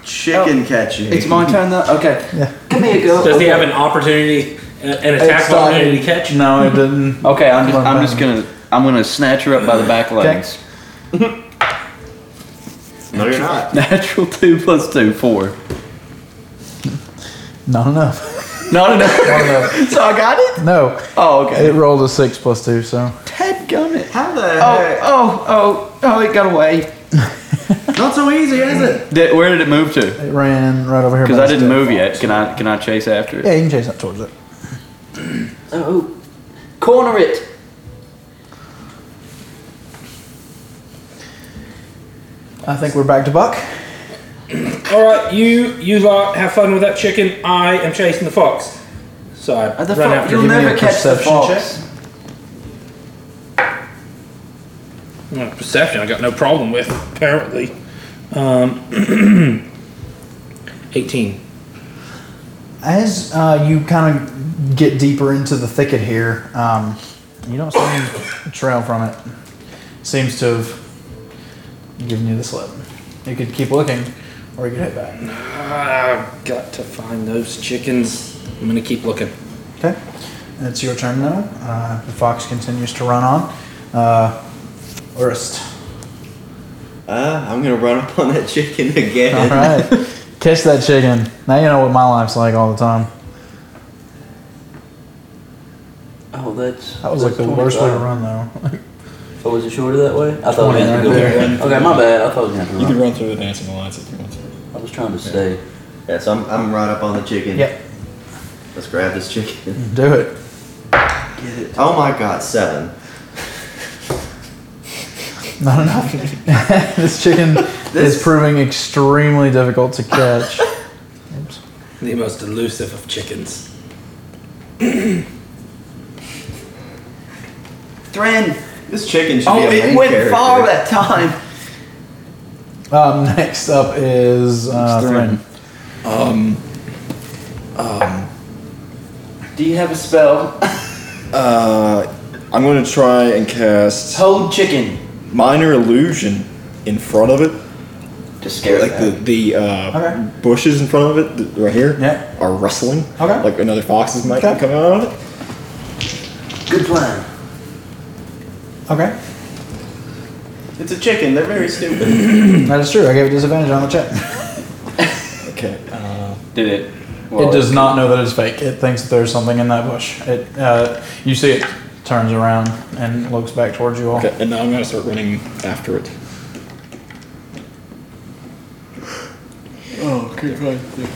Speaker 8: Chicken catching.
Speaker 6: It's my turn though. Okay.
Speaker 1: Yeah.
Speaker 6: Come here, girl.
Speaker 3: Does he
Speaker 6: okay.
Speaker 3: have an opportunity, a- an attack
Speaker 1: It's not-
Speaker 3: opportunity to catch?
Speaker 1: No, it didn't.
Speaker 6: Okay, I'm just, I'm just gonna I'm gonna snatch her up by the back legs.
Speaker 8: No, you're not.
Speaker 6: Natural two plus two four.
Speaker 1: Not enough.
Speaker 6: No, no, no.
Speaker 1: Not enough.
Speaker 6: so I got it.
Speaker 1: No.
Speaker 6: Oh, okay.
Speaker 1: It rolled a 6 plus 2, so.
Speaker 6: Ted gummit.
Speaker 8: How the
Speaker 6: Oh,
Speaker 8: heck?
Speaker 6: oh, oh, oh! It got away.
Speaker 8: Not so easy, is it?
Speaker 6: Did, where did it move to?
Speaker 1: It ran right over here.
Speaker 6: Because
Speaker 1: by
Speaker 6: I
Speaker 1: the
Speaker 6: didn't
Speaker 1: stick.
Speaker 6: move yet. Can I can I chase after it?
Speaker 1: Yeah, you can chase up towards it.
Speaker 6: Oh, corner it.
Speaker 1: I think we're back to Buck.
Speaker 3: All right, you you lot have fun with that chicken. I am chasing the fox. So I
Speaker 6: Uh, The
Speaker 3: run
Speaker 6: fo-
Speaker 3: after.
Speaker 6: you'll
Speaker 1: Give me
Speaker 6: never
Speaker 1: a
Speaker 6: catch the
Speaker 1: perception
Speaker 6: fox.
Speaker 3: Well, perception, I got no problem with apparently. Um, Eighteen.
Speaker 1: As uh, you kind of get deeper into the thicket here, um, you don't see any trail from it. Seems to have given you the slip. You could keep looking, or you could head back.
Speaker 3: I've got to find those chickens. I'm gonna keep looking.
Speaker 1: Okay, it's your turn now. Uh, the fox continues to run on. Uh, Urst.
Speaker 8: Uh, I'm gonna run up on that chicken again.
Speaker 1: All right, catch that chicken. Now you know what my life's like all the time.
Speaker 6: Oh, that's
Speaker 1: That was like the
Speaker 6: that's
Speaker 1: worst way to
Speaker 6: 25.
Speaker 1: run, though.
Speaker 6: Oh, was it shorter that way? I thought we had to go.
Speaker 1: 20 right
Speaker 6: Okay, my bad. I thought we had to
Speaker 11: You
Speaker 6: run.
Speaker 11: can run through the dancing alliance if you want to.
Speaker 6: I was trying to stay.
Speaker 8: Yeah, so I'm, I'm right up on the chicken.
Speaker 1: yep,
Speaker 8: Let's grab this chicken.
Speaker 1: do it.
Speaker 8: Oh my god, seven.
Speaker 1: Not enough. this chicken is proving extremely difficult to catch. Oops.
Speaker 3: The most elusive of chickens.
Speaker 6: Thran.
Speaker 8: This chicken should
Speaker 6: Oh,
Speaker 8: be a main
Speaker 6: it went
Speaker 8: character.
Speaker 6: far that time.
Speaker 1: Um, next up is uh, Thren.
Speaker 6: Do you have a spell?
Speaker 5: Uh, I'm going to try and cast
Speaker 6: Hold chicken.
Speaker 5: minor illusion in front of it.
Speaker 6: To scare
Speaker 5: like the
Speaker 6: them.
Speaker 5: the uh,
Speaker 1: Okay.
Speaker 5: bushes in front of it, th- right here,
Speaker 1: Yeah.
Speaker 5: are rustling.
Speaker 1: Okay.
Speaker 5: Like another foxes might
Speaker 1: Okay.
Speaker 5: come out of it.
Speaker 6: Good plan.
Speaker 1: Okay,
Speaker 8: It's a chicken, they're very stupid.
Speaker 1: that is true. I gave it disadvantage on the check.
Speaker 5: Okay. Uh,
Speaker 6: Did it?
Speaker 1: it does not know that it's fake. It thinks that there's something in that bush. It, uh, you see it turns around and looks back towards you all.
Speaker 11: Okay, and now I'm gonna start running after it.
Speaker 5: Oh, okay, fine.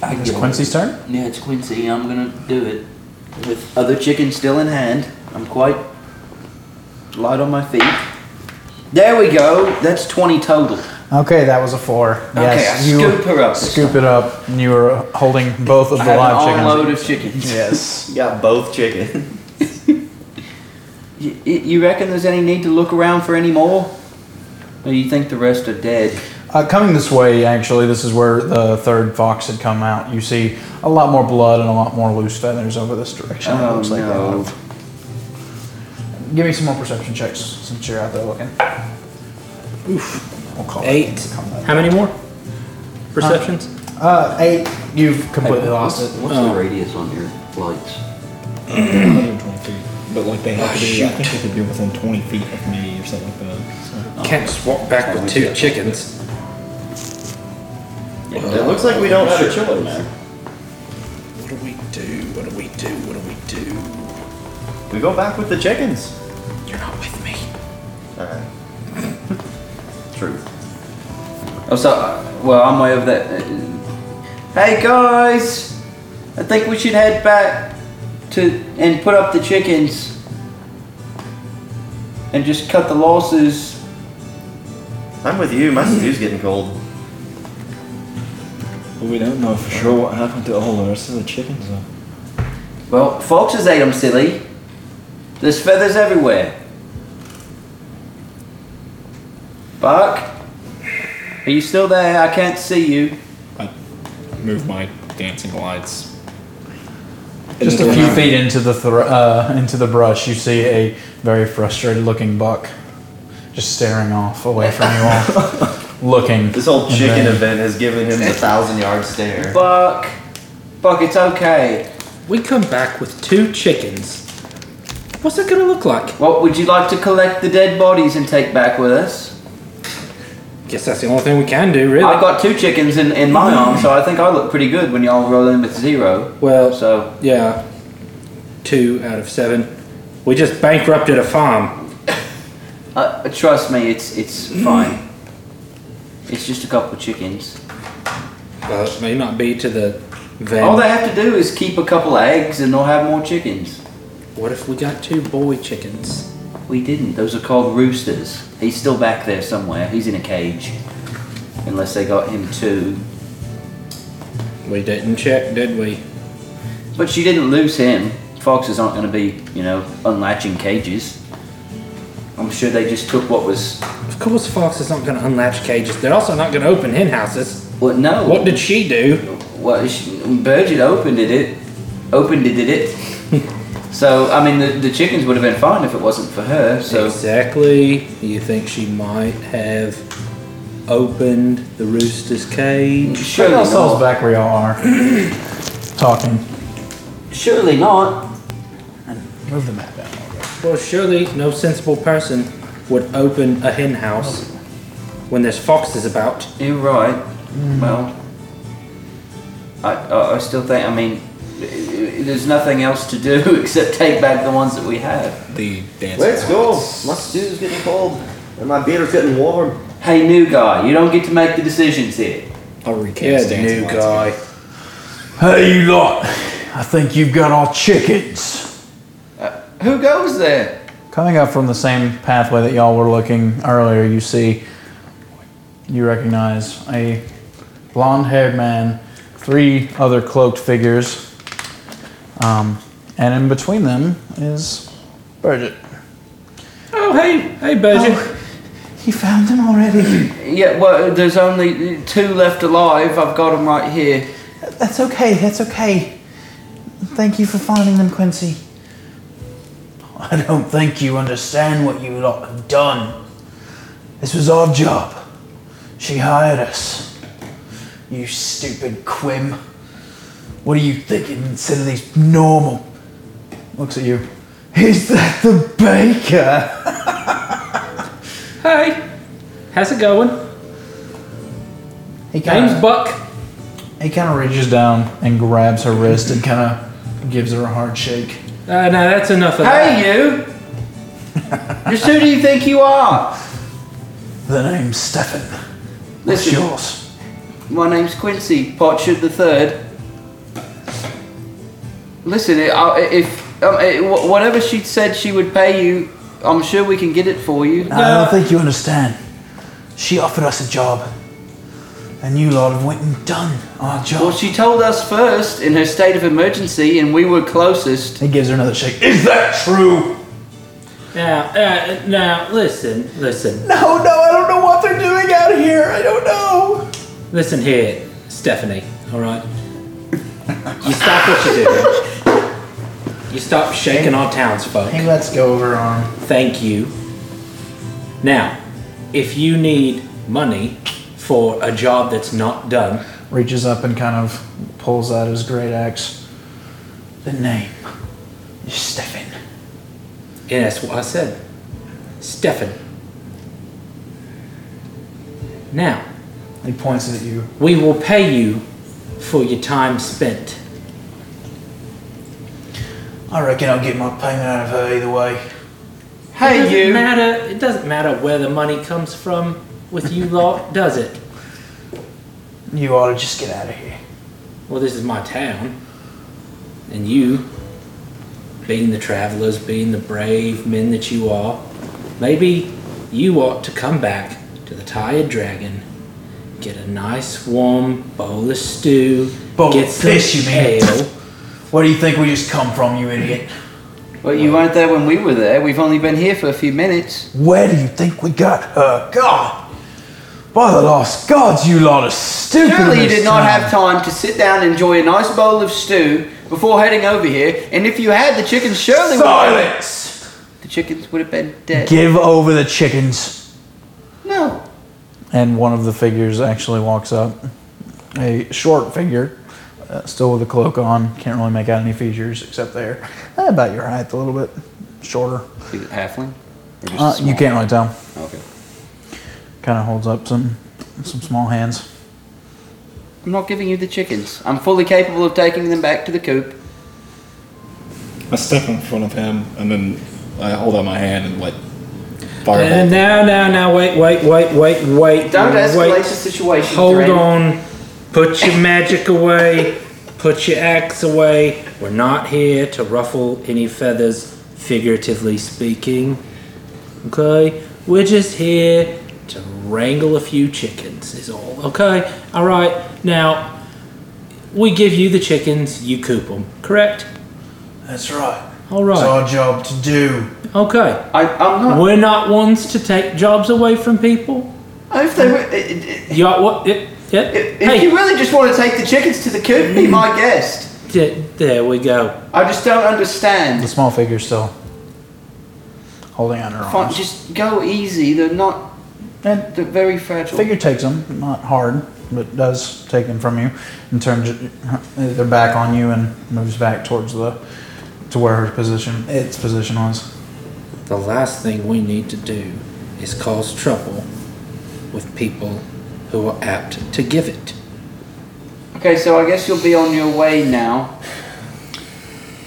Speaker 1: Okay. It's Quincy's turn.
Speaker 6: Yeah, it's Quincy. I'm gonna do it. With other chicken still in hand, I'm quite light on my feet. There we go. That's 20 total.
Speaker 1: Okay, that was a four. yes,
Speaker 6: okay, I
Speaker 1: you
Speaker 6: scoop her up. this
Speaker 1: scoop it up. And you were holding both of
Speaker 6: time.
Speaker 1: the
Speaker 6: I have
Speaker 1: live
Speaker 6: an
Speaker 1: chickens.
Speaker 6: armload of chickens.
Speaker 1: Yes.
Speaker 8: got both chicken.
Speaker 6: Y- y- you reckon there's any need to look around for any more? Or you think the rest are dead?
Speaker 1: Uh, coming this way, actually, this is where the third fox had come out. You see a lot more blood and a lot more loose feathers over this direction. it
Speaker 6: Oh,
Speaker 1: looks like they
Speaker 6: no.
Speaker 1: have. Give me some more perception checks since you're out there looking. Oof. We'll call it
Speaker 3: Eight.
Speaker 1: combat.
Speaker 3: How many more? Perceptions?
Speaker 1: Uh, eight. You've completely lost it.
Speaker 6: What's the radius on your lights?
Speaker 11: 20 feet. But like they have
Speaker 1: Oh,
Speaker 11: to be, I think they could be within 20 feet of me or something like that. So.
Speaker 3: Can't just walk back with two chickens.
Speaker 8: it looks like we don't have a choice.
Speaker 11: What do we do? What do we do? What do we do?
Speaker 8: We go back with the chickens.
Speaker 11: You're not with me.
Speaker 8: Alright. True.
Speaker 6: Oh, so, well, I'm way over that. Hey guys, I think we should head back to and put up the chickens and just cut the losses.
Speaker 8: I'm with you. My stew's getting cold.
Speaker 11: But we don't know for sure what happened to all the rest of the chickens though.
Speaker 6: Well, foxes ate them, silly. There's feathers everywhere. Buck, are you still there? I can't see you.
Speaker 11: I move my dancing lights.
Speaker 1: Just a few feet into the thr uh, into the brush, you see a very frustrated-looking buck just staring off away from you all, looking.
Speaker 8: This whole
Speaker 1: and
Speaker 8: chicken
Speaker 1: then-
Speaker 8: event has given him the thousand yard stare.
Speaker 6: Buck, Buck, it's okay.
Speaker 3: We come back with two chickens. What's it gonna look like?
Speaker 6: What would you like to collect the dead bodies and take back with us?
Speaker 3: Guess that's the only thing we can do, really.
Speaker 6: I've got two chickens in, in my arm, so I think I look pretty good when y'all roll in with zero.
Speaker 3: well,
Speaker 6: So,
Speaker 3: yeah, two out of seven. We just bankrupted a farm.
Speaker 6: uh, trust me, it's it's
Speaker 3: Mm.
Speaker 6: fine. It's just a couple of chickens.
Speaker 3: Well, it may not be to the van.
Speaker 6: All they have to do is keep a couple of eggs, and they'll have more chickens.
Speaker 3: What if we got two boy chickens?
Speaker 6: We didn't. Those are called roosters. He's still back there somewhere. He's in a cage, unless they got him too.
Speaker 3: We didn't check, did we?
Speaker 6: But she didn't lose him. Foxes aren't going to be, you know, unlatching cages. I'm sure they just took what was.
Speaker 3: Of course, foxes aren't gonna unlatch cages. They're also not gonna open hen houses.
Speaker 6: What? No.
Speaker 3: What did she do?
Speaker 6: Well, she, Bridget opened it, it opened it, did it. so I mean, the, the chickens would have been fine if it wasn't for her. So
Speaker 3: Exactly. You think she might have opened the rooster's cage?
Speaker 1: Put
Speaker 6: surely
Speaker 1: yourselves
Speaker 6: not.
Speaker 1: back where y'all are. Talking.
Speaker 6: Surely not.
Speaker 1: Move the map down.
Speaker 3: Well, surely no sensible person would open a hen house when there's foxes about.
Speaker 6: You're right. Well, I, I I still think. I mean, i- i- there's nothing else to do except take back the ones that we have.
Speaker 11: The dancing
Speaker 8: Let's go. My stew's getting cold. And my beater's getting warm.
Speaker 6: Hey, new guy, you don't get to make the decisions here.
Speaker 11: I'll recast dancing lights.
Speaker 1: Hey, you lot! I think you've got all chickens.
Speaker 6: Who goes there?
Speaker 1: Coming up from the same pathway that y'all were looking earlier, you see, you recognize a blonde haired man, three other cloaked figures, um, and in between them is Bridget.
Speaker 3: Oh, hey, hey, Bridget.
Speaker 1: You oh, found him already?
Speaker 6: Yeah, well, there's only two left alive. I've got them right here.
Speaker 1: That's okay, that's okay. Thank you for finding them, Quincy.
Speaker 4: I don't think you understand what you lot have done. This was our job. She hired us. You stupid quim. What are you thinking instead of these normal?
Speaker 1: Looks at you.
Speaker 4: Is that the baker?
Speaker 3: Hey, how's it going?
Speaker 1: He
Speaker 3: Name's Buck. Uh,
Speaker 1: He kind of reaches down and grabs her wrist and kind of gives her a hard shake.
Speaker 3: Uh, no, that's enough of that.
Speaker 2: Hey, you! Just who do you think you are?
Speaker 1: The name's Stefan. What's
Speaker 6: Listen.
Speaker 1: yours?
Speaker 6: My name's Quincy Potchard the Third. Listen, i- I- if um, eh, wh- whatever she said she would pay you, I'm sure we can get it for you.
Speaker 1: I don't think you understand. She offered us a job, and you lot have went and done our job.
Speaker 6: Well, she told us first in her state of emergency, and we were closest.
Speaker 1: He gives her another shake. Is that true?
Speaker 3: Now, uh, now, listen, listen,
Speaker 1: No, no, I don't know what they're doing out here. I don't know.
Speaker 3: listen here, Stephanie. All right, you stop what you're doing. You stop shaking our townsfolk.
Speaker 1: He lets go of her arm.
Speaker 3: Thank you. Now, if you need money for a job that's not done,
Speaker 1: Reaches up and kind of pulls out his great axe. The name is Stefan.
Speaker 3: and that's what I said, Stefan. Now,
Speaker 1: He points at you.
Speaker 3: we will pay you for your time spent.
Speaker 1: I reckon I'll get my payment out of her either way.
Speaker 3: it doesn't
Speaker 2: Hey, you!
Speaker 3: matter. It doesn't matter where the money comes from with you lot, does it?
Speaker 1: You ought to just get out of here.
Speaker 3: Well, this is my town, and you, being the travelers, being the brave men that you are, maybe you ought to come back to the Tired Dragon, get a nice warm bowl of stew,
Speaker 1: Bowl of
Speaker 3: get some
Speaker 1: fish, you mean.
Speaker 3: ale.
Speaker 1: Where do you think we just come from, you idiot?
Speaker 6: Well, you weren't there when we were there. We've only been here for a few minutes.
Speaker 1: Where do you think we got her? God! By the lost gods, you lot are stupid. in
Speaker 6: Surely you
Speaker 1: this
Speaker 6: did not
Speaker 1: town.
Speaker 6: have time to sit down and enjoy a nice bowl of stew before heading over here. And if you had, the chickens surely would.
Speaker 1: Silence!
Speaker 6: The chickens would have been dead.
Speaker 1: Give over the chickens.
Speaker 6: no.
Speaker 1: And one of the figures actually walks up. A short figure, uh, still with a cloak on. Can't really make out any features except there. Eh, about your height, a little bit shorter.
Speaker 6: Is it halfling?
Speaker 1: Uh, you can't really tell.
Speaker 6: Okay.
Speaker 1: Kind of holds up some some small hands.
Speaker 6: I'm not giving you the chickens. I'm fully capable of taking them back to the coop.
Speaker 5: I step in front of him and then I hold out my hand and like fireball.
Speaker 3: And now, now, now, wait, wait, wait, wait, wait.
Speaker 6: Don't escalate
Speaker 3: wait.
Speaker 6: the situation.
Speaker 3: Hold
Speaker 6: Dren.
Speaker 3: on. Put your magic away. Put your axe away. We're not here to ruffle any feathers, figuratively speaking. Okay? We're just here to wrangle a few chickens, is all. Okay? Alright. Now, we give you the chickens, you coop them, correct?
Speaker 1: That's right. It's
Speaker 3: Alright.
Speaker 1: our job to do.
Speaker 3: Okay.
Speaker 6: I, I'm not.
Speaker 3: We're not ones to take jobs away from people.
Speaker 6: If, they were, i- i-
Speaker 3: You are, what? It,
Speaker 6: i-
Speaker 3: it,
Speaker 6: if
Speaker 3: hey,
Speaker 6: you really just want to take the chickens to the coop, be my guest.
Speaker 3: d- there we go.
Speaker 6: I just don't understand.
Speaker 1: The small figure still holding out her
Speaker 6: Fine,
Speaker 1: arms.
Speaker 6: just go easy. They're not.
Speaker 1: And
Speaker 6: They're very fragile.
Speaker 1: figure takes them, not hard, but does take them from you and turns their uh, back on you and moves back towards the to where her position its position was.
Speaker 3: The last thing we need to do is cause trouble with people who are apt to give it.
Speaker 6: Okay, so I guess you'll be on your way now.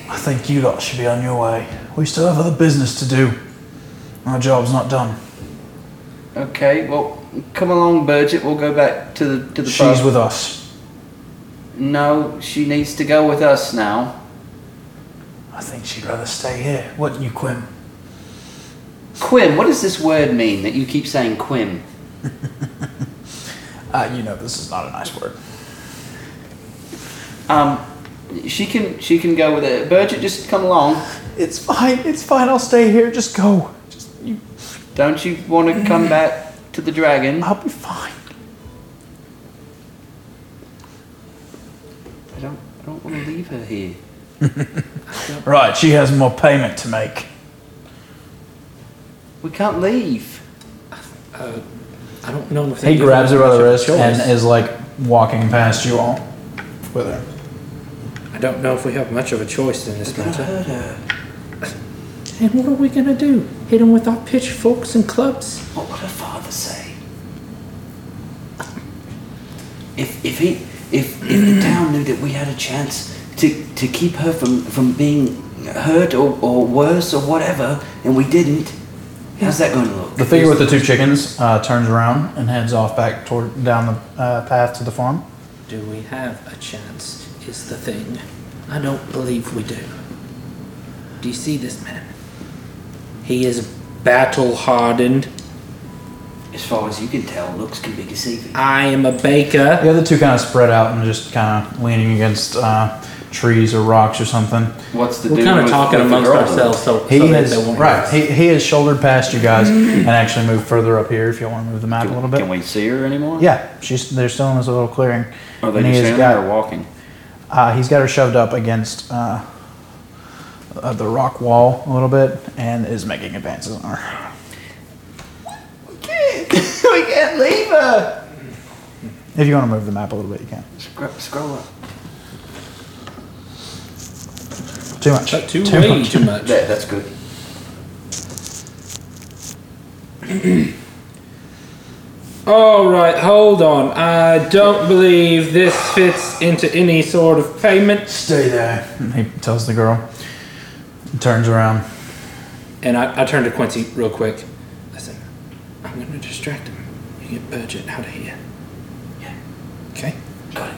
Speaker 1: I think you lot should be on your way. We still have other business to do. Our job's not done.
Speaker 6: Okay, well, come along, Bridget. We'll go back to the to the
Speaker 1: She's
Speaker 6: pub.
Speaker 1: with us.
Speaker 6: no, she needs to go with us now.
Speaker 1: I think she'd rather stay here, wouldn't you, Quim?
Speaker 6: Quim, what does this word mean that you keep saying Quim?
Speaker 1: Uh, you know this is not a nice word.
Speaker 6: Um, she can she can go with it. Bridget, just come along.
Speaker 1: It's fine. It's fine. I'll stay here. Just go. Just you.
Speaker 6: Don't you want to come back to the dragon?
Speaker 11: Oh.
Speaker 1: I'll be fine.
Speaker 6: I don't I don't want to leave her here.
Speaker 1: Right. She has more payment to make.
Speaker 6: We can't leave.
Speaker 3: I don't know if they
Speaker 1: He
Speaker 3: give
Speaker 1: grabs
Speaker 3: us
Speaker 1: her by the
Speaker 3: much
Speaker 1: wrist
Speaker 3: of a choice.
Speaker 1: and is like walking past you all with her.
Speaker 3: I don't know if we have much of a choice in this matter. And what are we gonna do? Hit them with our pitchforks and clubs?
Speaker 6: What would her father say? If if he if if the town knew that we had a chance to, to keep her from, from being hurt or, or worse or whatever, and we didn't, how's that going to look?
Speaker 1: The figure with the two chickens uh, turns around and heads off back toward down the uh, path to the farm.
Speaker 11: Do we have a chance? Is the thing. I don't believe we do. Do you see this man? He is battle hardened.
Speaker 6: As far as you can tell, looks can be deceiving.
Speaker 11: I am a baker.
Speaker 1: The other two kind of spread out and just kind of leaning against uh, trees or rocks or something.
Speaker 6: What's the
Speaker 11: We're
Speaker 6: deal
Speaker 11: kind of
Speaker 6: with-
Speaker 11: talking
Speaker 6: with the
Speaker 11: amongst
Speaker 6: girl?
Speaker 11: ourselves, so,
Speaker 1: He
Speaker 11: so that
Speaker 1: has
Speaker 11: they won't
Speaker 1: right. He, he has shouldered past you guys and actually moved further up here. If you want to move the map a little bit,
Speaker 6: Can we see her anymore?
Speaker 1: yeah, she's they're still in this little clearing.
Speaker 6: Are they
Speaker 1: And he
Speaker 6: just
Speaker 1: has
Speaker 6: standing
Speaker 1: got-
Speaker 6: there or walking?
Speaker 1: Uh, he's got her shoved up against uh, uh, the rock wall a little bit and is making advances on her.
Speaker 12: we can't leave her.
Speaker 1: If you want to move the map a little bit, you can.
Speaker 6: Scroll, scroll up.
Speaker 1: Too much.
Speaker 11: But too, way too much.
Speaker 6: There, that's good.
Speaker 11: All right, hold on. I don't believe this fits into any sort of payment.
Speaker 1: Stay there. And he tells the girl. and Turns around.
Speaker 11: And I, I turn to Quincy real quick. Listen, I'm going to distract him. You get Burgett out of here. Yeah. Okay.
Speaker 6: Got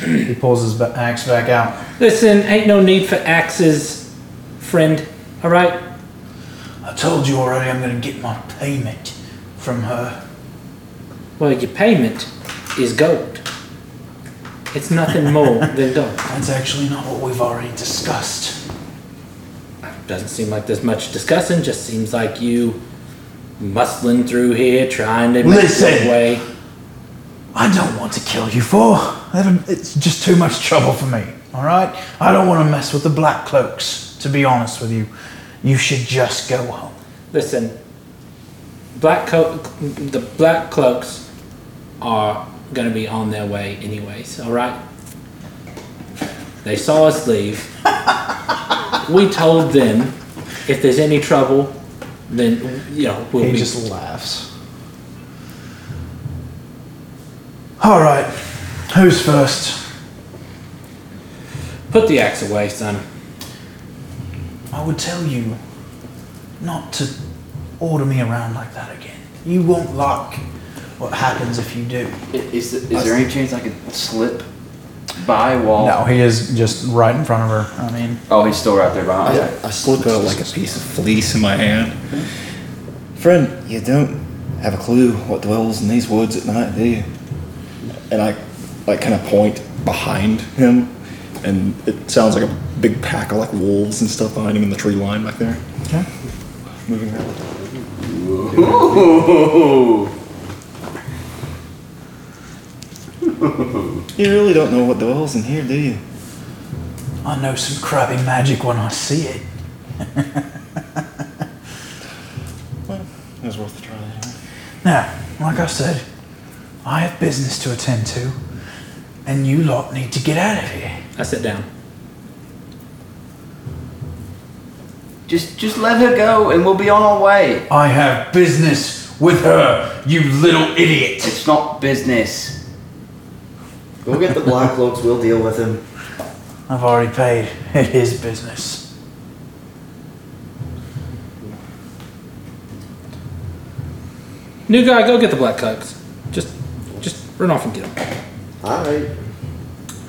Speaker 6: it.
Speaker 1: He pulls his ba- axe back out.
Speaker 11: Listen, ain't no need for axes, friend. All right?
Speaker 1: I told you already I'm going to get my payment from her.
Speaker 11: Well, your payment is gold. It's nothing more than gold.
Speaker 1: That's actually not what we've already discussed.
Speaker 11: Doesn't seem like there's much discussing, just seems like you muscling through here, trying to make
Speaker 1: Listen.
Speaker 11: your way.
Speaker 1: I don't want to kill you for. That- It's just too much trouble for me, alright? I don't want to mess with the Black Cloaks, to be honest with you. You should just go home.
Speaker 11: Listen, black co- the black cloaks are going to be on their way anyways. All right. They saw us leave. we told them if there's any trouble, then you know we'll
Speaker 1: He
Speaker 11: be.
Speaker 1: just laughs. Alright, who's first?
Speaker 11: Put the axe away, son.
Speaker 1: I would tell you not to order me around like that again. You won't like what happens if you do.
Speaker 6: I- Is, th- is there any chance I could slip by while?
Speaker 1: No, he is just right in front of her. I mean,
Speaker 6: Oh, he's still right there behind.
Speaker 5: I, I slip out like a
Speaker 13: Piece of fleece in my hand.
Speaker 5: Friend, you don't have a clue what dwells in these woods at night, do you? And I, like, kind of point behind him, and it sounds like a big pack of like wolves and stuff behind him in the tree line back there.
Speaker 1: okay.
Speaker 5: Moving around.
Speaker 8: Ooh.
Speaker 5: You really don't know what dwells in here, do you?
Speaker 1: I know some crappy magic when I see it.
Speaker 5: Well, it was worth a try. Anyway.
Speaker 1: Now, like I said, I have business to attend to, and you lot need to get out of here.
Speaker 11: I sit down.
Speaker 6: Just just let her go and we'll be on our way.
Speaker 1: I have business with her, you little idiot.
Speaker 6: It's not business.
Speaker 8: Go get the black cloaks. We'll deal with him.
Speaker 1: I've already paid. It is business.
Speaker 11: New guy, go get the black cloaks. Just, just run off and get them.
Speaker 8: All right.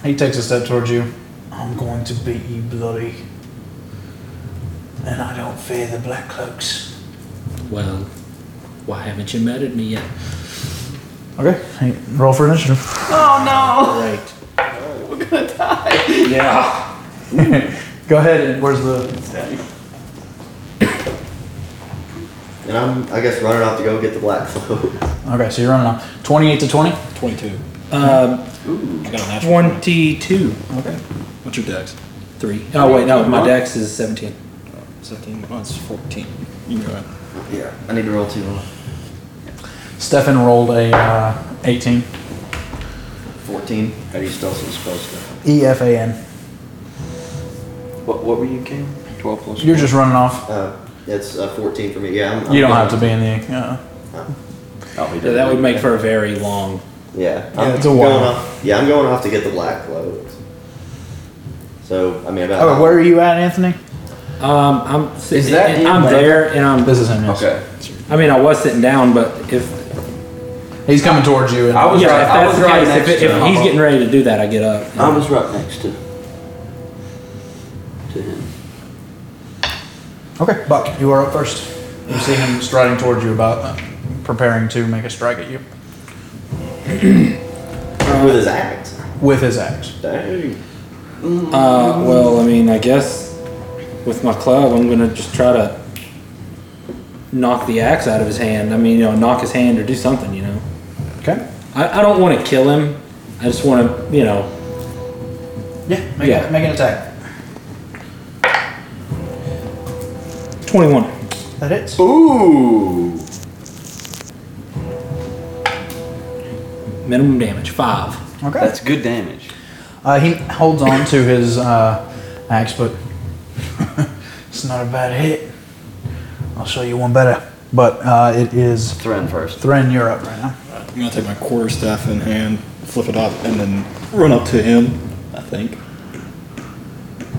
Speaker 1: He takes a step towards you. I'm going to beat you bloody. And I don't fear the black cloaks.
Speaker 11: Well, why haven't you murdered me yet?
Speaker 1: Okay, hey, roll for initiative.
Speaker 11: Great.
Speaker 6: Yeah.
Speaker 1: Go ahead and where's the
Speaker 8: And I'm, I guess, running off to go get the black cloak.
Speaker 1: Okay, so you're running up. Twenty-eight to twenty?
Speaker 13: Twenty-two.
Speaker 11: Um,
Speaker 13: I got a natural.
Speaker 11: twenty-two.
Speaker 13: Okay. What's your dex?
Speaker 11: Three. Oh wait, no, my dex is seventeen.
Speaker 13: Seventeen plus fourteen. You can go ahead.
Speaker 8: Yeah. I need to roll two.
Speaker 1: Stefan rolled a uh, 18.
Speaker 8: 14. How do you spell some spells?
Speaker 1: E F A N.
Speaker 6: What what were you, Cam? Twelve plus.
Speaker 1: You're just running off.
Speaker 8: Uh, it's uh, 14 for me. Yeah. I'm, I'm
Speaker 1: You don't
Speaker 8: good.
Speaker 1: have to be in the. Uh,
Speaker 6: Oh, he
Speaker 11: Yeah,
Speaker 6: did.
Speaker 11: that would make for a very long.
Speaker 8: Yeah.
Speaker 1: it's a
Speaker 8: going
Speaker 1: while.
Speaker 8: off. Yeah, I'm going off to get the black cloak. So I mean, about
Speaker 1: Oh, where are you at, Anthony?
Speaker 3: Um, I'm sitting,
Speaker 6: Is that
Speaker 3: and
Speaker 6: him,
Speaker 3: I'm
Speaker 6: bro?
Speaker 3: there, and I'm.
Speaker 1: This is him. yes.
Speaker 6: Okay.
Speaker 3: I mean, I was sitting down, but if
Speaker 1: He's coming towards you. And
Speaker 6: I was
Speaker 3: yeah,
Speaker 6: right.
Speaker 3: if
Speaker 6: I
Speaker 3: that's
Speaker 6: was
Speaker 3: the
Speaker 6: right
Speaker 3: case, if,
Speaker 6: next
Speaker 3: it-
Speaker 6: to
Speaker 3: if
Speaker 6: him.
Speaker 3: he's getting ready to do that, I get up.
Speaker 6: I was right next to to him.
Speaker 1: okay, Buck, you are up first. You see him striding towards you, about uh, preparing to make a strike at you Uh,
Speaker 8: with his axe.
Speaker 1: with his axe.
Speaker 8: Dang.
Speaker 3: Uh, well, I mean, I guess with my club, I'm gonna just try to knock the axe out of his hand. I mean, you know, knock his hand or do something. You know,
Speaker 1: Okay.
Speaker 3: I, I don't want to kill him. I just want to, you know,
Speaker 1: Yeah. Make,
Speaker 3: Yeah.
Speaker 1: make an attack.
Speaker 3: 21.
Speaker 1: That hits.
Speaker 8: Ooh.
Speaker 3: Minimum damage, five.
Speaker 1: Okay.
Speaker 6: That's good damage.
Speaker 1: Uh, he holds on to his uh, axe, but it's not a bad hit. I'll show you one better. But uh, it is
Speaker 6: Threaten first.
Speaker 1: Thren, you're up right now.
Speaker 5: I'm gonna take my quarter staff in hand, flip it up, and then run up to him. I think.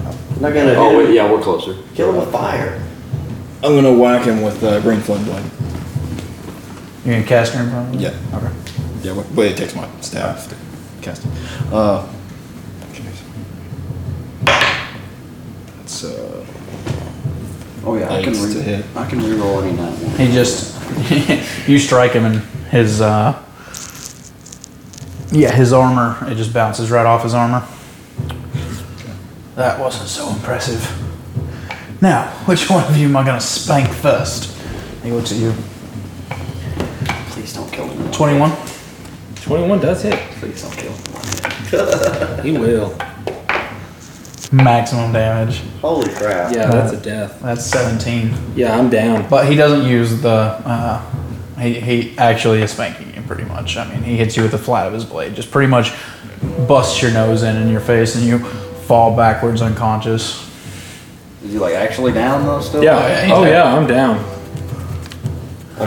Speaker 8: I'm not gonna.
Speaker 6: Oh wait, yeah, we're closer.
Speaker 8: Kill him with fire.
Speaker 5: I'm gonna whack him with uh, green flame blade.
Speaker 1: You're gonna cast her in front of him?
Speaker 5: Yeah.
Speaker 1: Okay.
Speaker 5: Yeah, wait, wait, it takes my staff to cast it. Uh, jeez. that's uh,
Speaker 6: Oh yeah, I can
Speaker 5: Thanks to
Speaker 6: re-
Speaker 5: hit.
Speaker 6: I can reroll any nine one.
Speaker 1: He just you strike him and his uh, yeah his armor it just bounces right off his armor. That wasn't so impressive. Now, which one of you am I gonna spank first? He looks at you.
Speaker 6: Please don't kill him.
Speaker 1: Twenty-one.
Speaker 3: 21 does hit.
Speaker 6: Please don't kill him.
Speaker 3: He will.
Speaker 1: Maximum damage.
Speaker 8: Holy crap.
Speaker 3: Yeah, that's a death.
Speaker 1: That's seventeen.
Speaker 3: Yeah, I'm down.
Speaker 1: But he doesn't use the. Uh, he, he actually is spanking you pretty much. I mean, he hits you with the flat of his blade, just pretty much busts your nose in in your face, and you fall backwards unconscious.
Speaker 6: Is he like actually down though still?
Speaker 1: yeah,
Speaker 3: Yeah.
Speaker 1: he's
Speaker 3: Oh
Speaker 1: down.
Speaker 3: yeah, I'm down.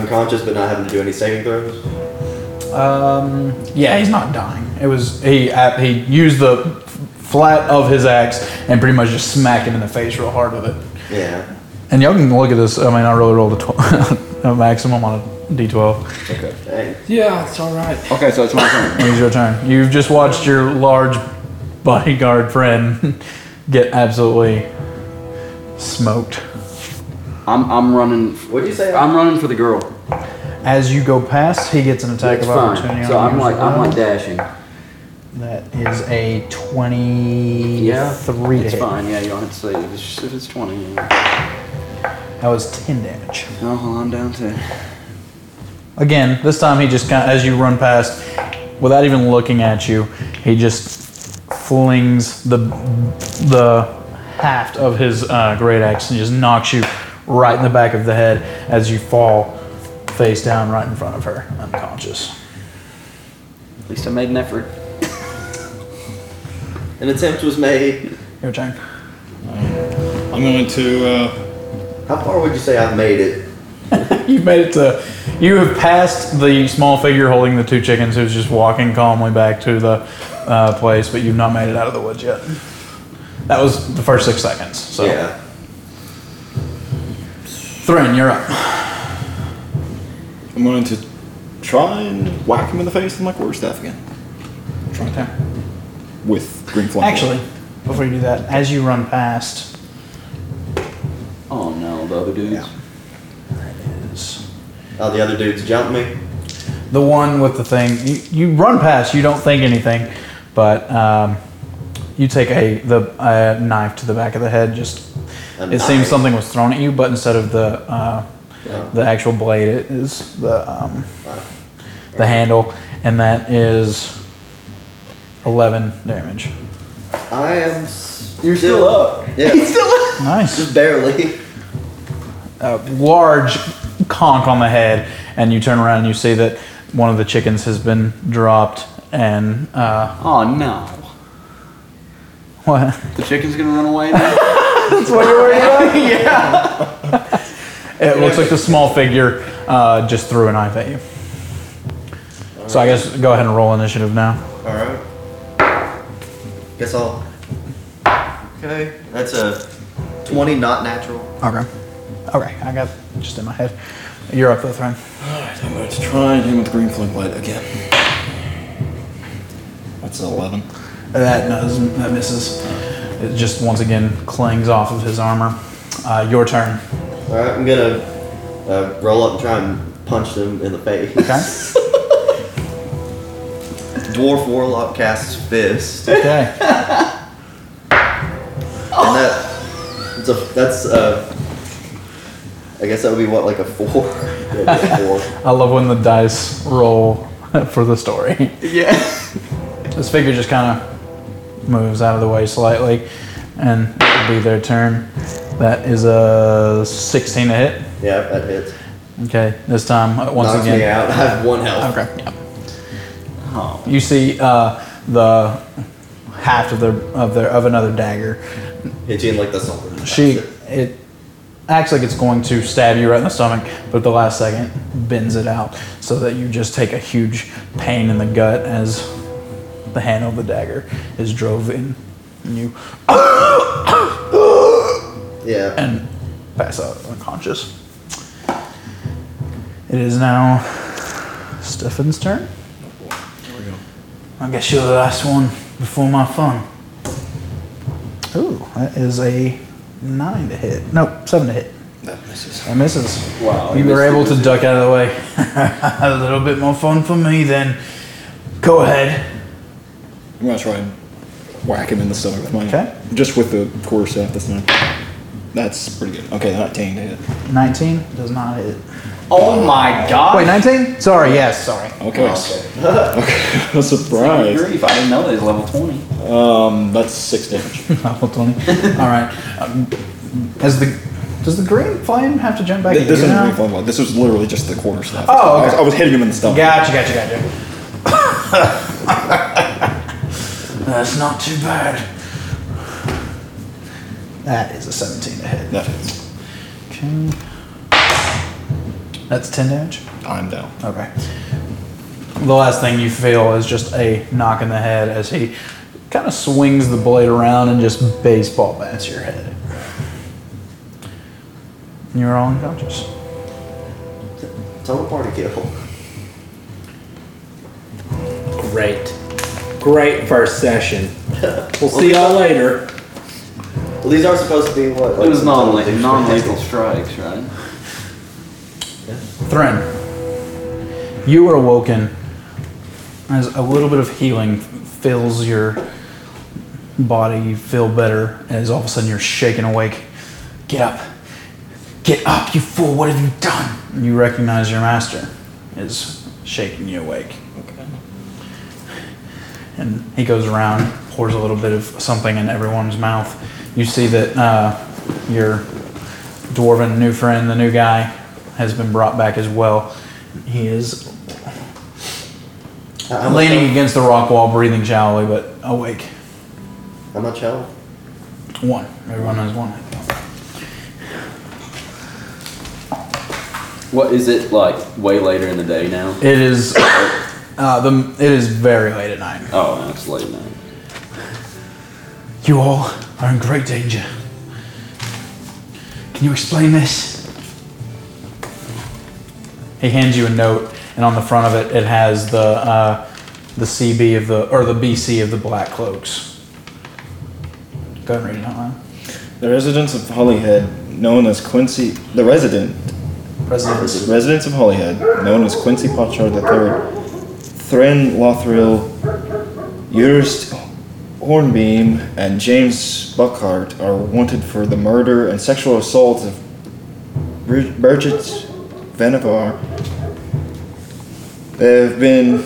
Speaker 8: Unconscious, but not having to do any saving throws.
Speaker 1: Um, yeah, he's not dying. It was he uh, he used the f- flat of his axe and pretty much just smacked him in the face real hard with it.
Speaker 8: Yeah.
Speaker 1: And y'all can look at this. I mean, I really rolled a, tw- a maximum on a d12.
Speaker 6: Okay.
Speaker 8: Dang.
Speaker 3: Yeah, it's all right.
Speaker 6: Okay, so it's my turn.
Speaker 1: It's your turn. You've just watched your large bodyguard friend get absolutely smoked.
Speaker 6: I'm I'm running.
Speaker 8: What'd you say?
Speaker 6: I'm running for the girl.
Speaker 1: As you go past, he gets an attack
Speaker 6: That's
Speaker 1: of
Speaker 6: fine.
Speaker 1: opportunity.
Speaker 6: So
Speaker 1: on
Speaker 6: I'm
Speaker 1: you
Speaker 6: like
Speaker 1: as
Speaker 6: I'm like
Speaker 1: well.
Speaker 6: dashing.
Speaker 1: That is a twenty-three
Speaker 6: Yeah.
Speaker 1: to
Speaker 6: It's
Speaker 1: hit.
Speaker 6: fine. Yeah, you don't have to say if it's, if it's twenty. you know.
Speaker 1: That was ten damage.
Speaker 6: No, I'm down to.
Speaker 1: Again, this time he just kind of, as you run past, without even looking at you, he just flings the the haft of his uh, great axe and just knocks you right in the back of the head as you fall face down right in front of her, unconscious.
Speaker 6: At least I made an effort.
Speaker 8: An attempt was made.
Speaker 1: Your turn.
Speaker 5: I'm going to. Uh,
Speaker 8: How far would you say I've made it?
Speaker 1: You've made it to. You have passed the small figure holding the two chickens who's just walking calmly back to the uh, place, but you've not made it out of the woods yet. That was the first six seconds. So.
Speaker 8: Yeah.
Speaker 1: Thrin, you're up.
Speaker 5: I'm going to try and whack him in the face with my quarter staff again with green flame. blade.
Speaker 1: Actually, before you do that, as you run past,
Speaker 6: Oh no, the other dudes.
Speaker 1: is
Speaker 8: Oh, the other dudes jumped me.
Speaker 1: the one with the thing. You, you run past, you don't think anything, but um, you take a the uh, knife to the back of the head. Just
Speaker 8: A
Speaker 1: it
Speaker 8: knife?
Speaker 1: seems something was thrown at you, but instead of the uh, the actual blade, it is the um, the handle, and that is eleven damage.
Speaker 8: I am. You're still up. Yeah.
Speaker 1: Nice.
Speaker 8: Just barely.
Speaker 1: a large conk on the head, and you turn around and you see that one of the chickens has been dropped. And uh,
Speaker 6: Oh no.
Speaker 1: what?
Speaker 6: The chicken's gonna run away now?
Speaker 1: It looks like the small figure uh, just threw a knife at you. So I guess go ahead and roll initiative now.
Speaker 8: All right. Guess I'll. Okay. That's a 20 not natural.
Speaker 1: Okay. Okay, I got just in my head. You're up, Othran.
Speaker 5: Alright, I'm going to try and hit him with the green flashlight again. That's an 11.
Speaker 1: That does, that misses. It just once again clings off of his armor. Uh, your turn.
Speaker 8: All right, I'm gonna uh, roll up and try and punch them in the face.
Speaker 1: Okay.
Speaker 8: Dwarf Warlock casts Fist, and
Speaker 1: Okay.
Speaker 8: that it's a, that's uh, I guess that would be what like a four. Yeah, it'd be a four.
Speaker 1: I love when the dice roll for the story.
Speaker 8: yeah.
Speaker 1: This figure just kind of moves out of the way slightly, and it'll be their turn. That is a 16 to hit.
Speaker 8: Yeah, that hits.
Speaker 1: Okay, this time uh, once
Speaker 8: Knocks
Speaker 1: again.
Speaker 8: me out. Oh. I have one health.
Speaker 1: Okay. Yeah. You see uh, the haft of their of their of another dagger.
Speaker 8: Hits you in like the shoulder.
Speaker 1: She
Speaker 8: That's it.
Speaker 1: it acts like it's going to stab you right in the stomach, but at the last second bends it out so that you just take a huge pain in the gut as the handle of the dagger is drove in and you
Speaker 8: Yeah.
Speaker 1: and pass out unconscious. It is now Stefan's turn. I guess you're the last one before my fun. Ooh, that is a nine to hit. Nope, seven to hit.
Speaker 5: That misses.
Speaker 1: That misses.
Speaker 8: Wow,
Speaker 1: You
Speaker 8: I
Speaker 1: were
Speaker 8: missed
Speaker 1: able
Speaker 8: it.
Speaker 1: to duck out of the way. a little bit more fun for me then. Go ahead.
Speaker 5: I'm going to try and whack him in the stomach with my.
Speaker 1: Okay.
Speaker 5: Just with the core staff this time. That's pretty good. Okay, 19 to hit.
Speaker 1: 19 does not hit.
Speaker 2: Oh my god.
Speaker 1: Wait, 19? Sorry, yes, sorry.
Speaker 5: Okay. okay. a surprise.
Speaker 6: Grief, I didn't know they was level 20.
Speaker 5: Um, that's six damage.
Speaker 1: Level 20. All right. Um, as the does the green flame have to jump back at
Speaker 5: Th- this
Speaker 1: you
Speaker 5: isn't
Speaker 1: now?
Speaker 5: really fun. one. This was literally just the quarter staff.
Speaker 1: Oh,
Speaker 5: I, was,
Speaker 1: okay.
Speaker 5: I was hitting him in the stomach.
Speaker 1: Gotcha, gotcha, gotcha. That's not too bad. That is a 17 to hit.
Speaker 5: That hits.
Speaker 1: Okay. That's 10 damage.
Speaker 5: I'm down.
Speaker 1: Okay. The last thing you feel is just a knock in the head as he kind of swings the blade around and just baseball bats your head. You're all unconscious.
Speaker 8: Teleport kill.
Speaker 3: Great. Great first session. We'll see y'all later.
Speaker 8: Well, these are supposed to be what?
Speaker 6: It was non
Speaker 8: intelligence or
Speaker 6: lethal strikes, right?
Speaker 1: Thren, you are awoken as a little bit of healing fills your body. You feel better as all of a sudden you're shaken awake. Get up. Get up, you fool. What have you done? And You recognize your master is shaking you awake. And he goes around, pours a little bit of something in everyone's mouth. You see that uh, your dwarven new friend, the new guy, has been brought back as well. He is
Speaker 8: How much
Speaker 1: leaning
Speaker 8: health?
Speaker 1: against the rock wall, breathing shallowly, but awake.
Speaker 8: How much health?
Speaker 1: One. Everyone has one.
Speaker 6: What is it like way later in the day now?
Speaker 1: It is uh, the it is very late at night.
Speaker 6: Oh, no, it's late now.
Speaker 1: You all are in great danger. Can you explain this? He hands you a note, and on the front of it, it has the uh, the CB of the or the BC of the Black Cloaks. Go ahead and read it out loud.
Speaker 5: The residents of Hollyhead, known as Quincy, the resident,
Speaker 1: President.
Speaker 5: residents of Hollyhead, known as Quincy Potchard III, Thren Lothril, Eurist Hornbeam, and James Buckhart are wanted for the murder and sexual assault of Brid- Bridget Vannevar. They have been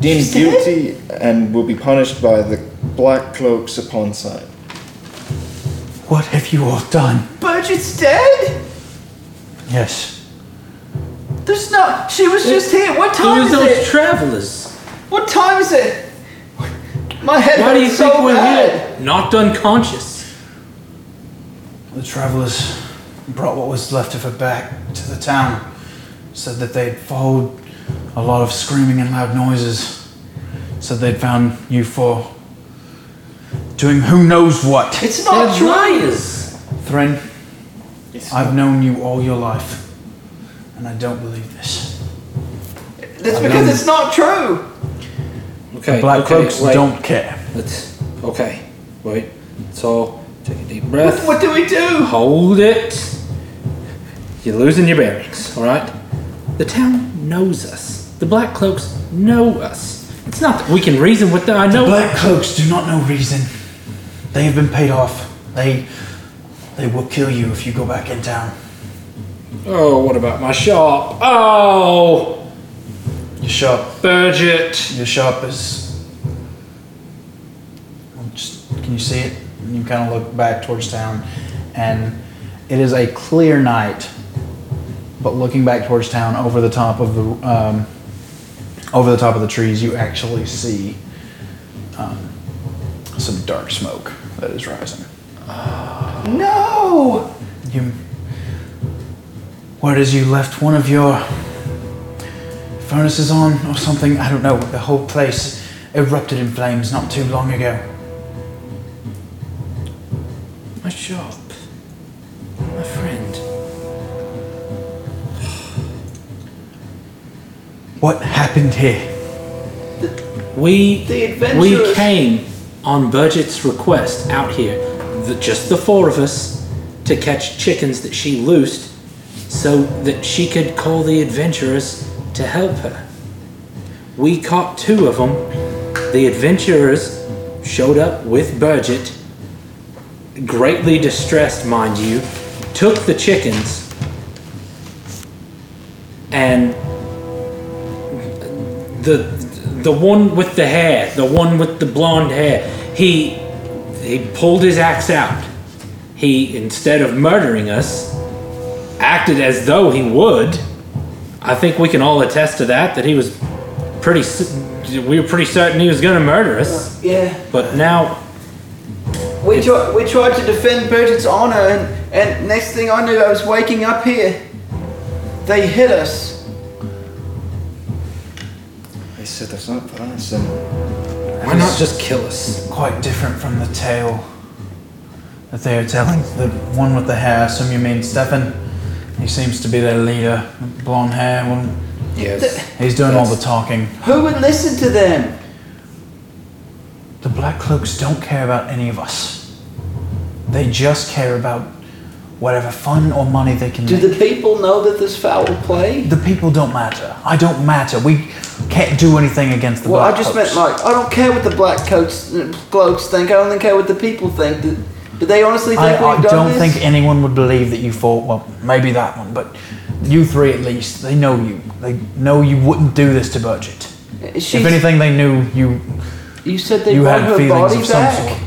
Speaker 5: deemed guilty and will be punished by the Black Cloaks upon sight.
Speaker 1: What have you all done?
Speaker 2: Bridget's dead?
Speaker 1: Yes.
Speaker 2: There's not. She was just here. What
Speaker 3: Who
Speaker 2: time
Speaker 3: was
Speaker 2: is
Speaker 3: those
Speaker 2: it?
Speaker 3: travelers?
Speaker 2: What time is it? My head
Speaker 3: Why do you
Speaker 2: hurts so
Speaker 3: think we're
Speaker 2: bad.
Speaker 3: here? Knocked unconscious.
Speaker 1: The travelers brought what was left of her back to the town. Said that they'd followed a lot of screaming and loud noises. Said they'd found you four. doing who knows what.
Speaker 2: It's not true.
Speaker 3: liars.
Speaker 1: Thren, I've known you all your life, and I don't believe this.
Speaker 2: That's because it's not true.
Speaker 3: Okay.
Speaker 1: Black
Speaker 3: okay,
Speaker 1: cloaks
Speaker 3: wait.
Speaker 1: don't care.
Speaker 3: Let's, okay. Wait. So take a deep breath.
Speaker 2: What do we do?
Speaker 3: Hold it. You're losing your bearings, alright? The town knows us. The Black Cloaks know us. It's not that we can reason with them. I know.
Speaker 1: Black cloaks do not know reason. They have been paid off. They they will kill you if you go back in town.
Speaker 3: oh, what about my shop? Oh,
Speaker 1: Your shop,
Speaker 3: Burgett.
Speaker 1: your shop is. I'm Just can you see it? And you kind of look back towards town, and it is a clear night. But looking back towards town, over the top of the um, over the top of the trees, you actually see um, some dark smoke that is rising.
Speaker 2: No.
Speaker 1: You, where it is you left one of your furnaces on or something? I don't know. The whole place erupted in flames not too long ago.
Speaker 3: My shop. My friend.
Speaker 1: What happened here?
Speaker 3: We
Speaker 2: The adventurers.
Speaker 3: we came on Burgett's request out here, the, just the four of us, to catch chickens that she loosed, so that she could call the adventurers to help her. We caught two of them. The adventurers showed up with Burgett, greatly distressed, mind you, took the chickens, and the the one with the hair, the one with the blonde hair, he he pulled his axe out. He instead of murdering us, acted as though he would. I think we can all attest to that that he was pretty c- we were pretty certain he was going to murder us.
Speaker 2: Yeah.
Speaker 3: But now
Speaker 2: We, try, we tried to defend Burgett's honor, and, and next thing I knew, I was waking up here. They hit us.
Speaker 5: They said there's not for us, and
Speaker 3: why not just kill us?
Speaker 1: Quite different from the tale that they are telling. The one with the hair, I assume you mean Stefan. He seems to be their leader. Blonde hair. One,
Speaker 3: Yes.
Speaker 1: he's doing all the talking.
Speaker 2: Who would listen to them?
Speaker 1: The Black Cloaks don't care about any of us. They just care about whatever fun or money they can
Speaker 2: Do
Speaker 1: make.
Speaker 2: the people know that there's foul play?
Speaker 1: The people don't matter. I don't matter. We can't do anything against the
Speaker 2: Well,
Speaker 1: Black
Speaker 2: I just
Speaker 1: Cloaks.
Speaker 2: meant like I don't care what the black coats cloaks think. I only care what the people think. Do, do they honestly think
Speaker 1: I, I
Speaker 2: we've done
Speaker 1: don't
Speaker 2: this?
Speaker 1: think anyone would believe that you fought. Well, maybe that one, but you three at least, they know you. They know you wouldn't do this to Budget.
Speaker 2: She's-
Speaker 1: if anything, they knew you.
Speaker 2: you said they
Speaker 1: you
Speaker 2: brought
Speaker 1: had
Speaker 2: her
Speaker 1: feelings
Speaker 2: body
Speaker 1: of some
Speaker 2: back.
Speaker 1: sort.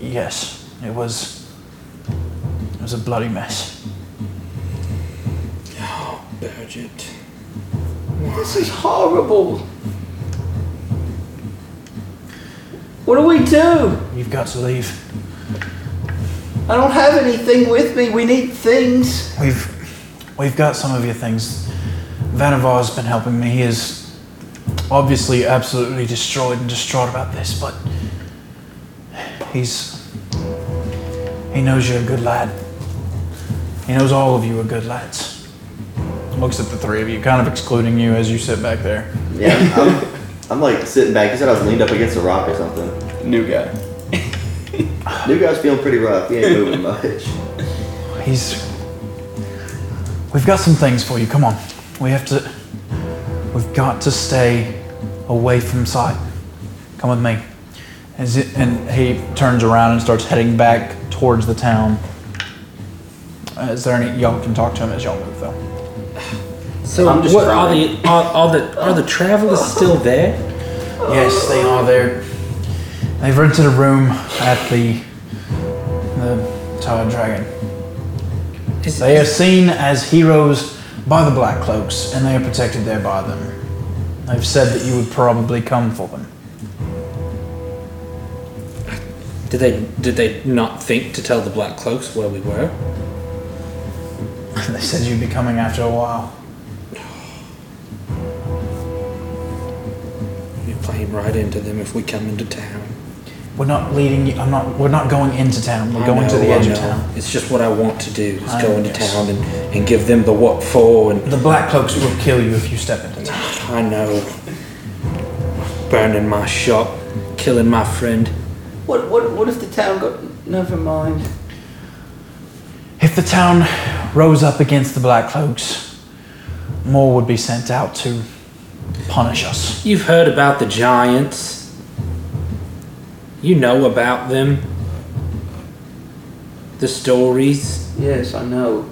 Speaker 1: Yes, it was. It was a bloody mess.
Speaker 3: Burgett.
Speaker 2: This is horrible. What do we do?
Speaker 1: You've got to leave.
Speaker 2: I don't have anything with me. We need things.
Speaker 1: We've we've got some of your things. Vanavar's been helping me. He is obviously absolutely destroyed and distraught about this, but he's he knows you're a good lad. He knows all of you are good lads. Looks at the three of you, kind of excluding you as you sit back there.
Speaker 8: Yeah, I'm, I'm like sitting back. He said I was leaned up against a rock or something.
Speaker 5: new guy.
Speaker 8: New guy's feeling pretty rough. He ain't moving much.
Speaker 1: He's we've got some things for you. Come on, we have to. We've got to stay away from sight. Come with me. As it, and he turns around and starts heading back towards the town. Uh, is there any y'all can talk to him as y'all move though?
Speaker 3: So
Speaker 6: I'm just
Speaker 3: what are
Speaker 6: driving.
Speaker 3: the are, are the are the travelers still there?
Speaker 1: Yes, they are. They're they've rented a room at the the Tower Dragon.
Speaker 3: Is-
Speaker 1: They are seen as heroes by the Black Cloaks, and they are protected there by them. They've said that you would probably come for them.
Speaker 3: Did they did they not think to tell the black cloaks where we were?
Speaker 1: They said you'd be coming after a while.
Speaker 3: You're playing right into them if we come into town.
Speaker 1: We're not leading you. I'm not. We're not going into town. We're
Speaker 11: I
Speaker 1: going to
Speaker 11: know,
Speaker 1: the
Speaker 11: I
Speaker 1: edge of
Speaker 11: know.
Speaker 1: town.
Speaker 11: It's just what I want to do is
Speaker 1: I
Speaker 11: go into
Speaker 1: guess.
Speaker 11: town and, and give them the what for and
Speaker 1: The black cloaks will kill you if you step into town.
Speaker 11: I know. Burning my shop, killing my friend.
Speaker 6: What, what, what if the town got. Never mind.
Speaker 1: If the town rose up against the black cloaks, more would be sent out to punish us.
Speaker 11: You've heard about the giants. You know about them. The stories.
Speaker 6: Yes, I know.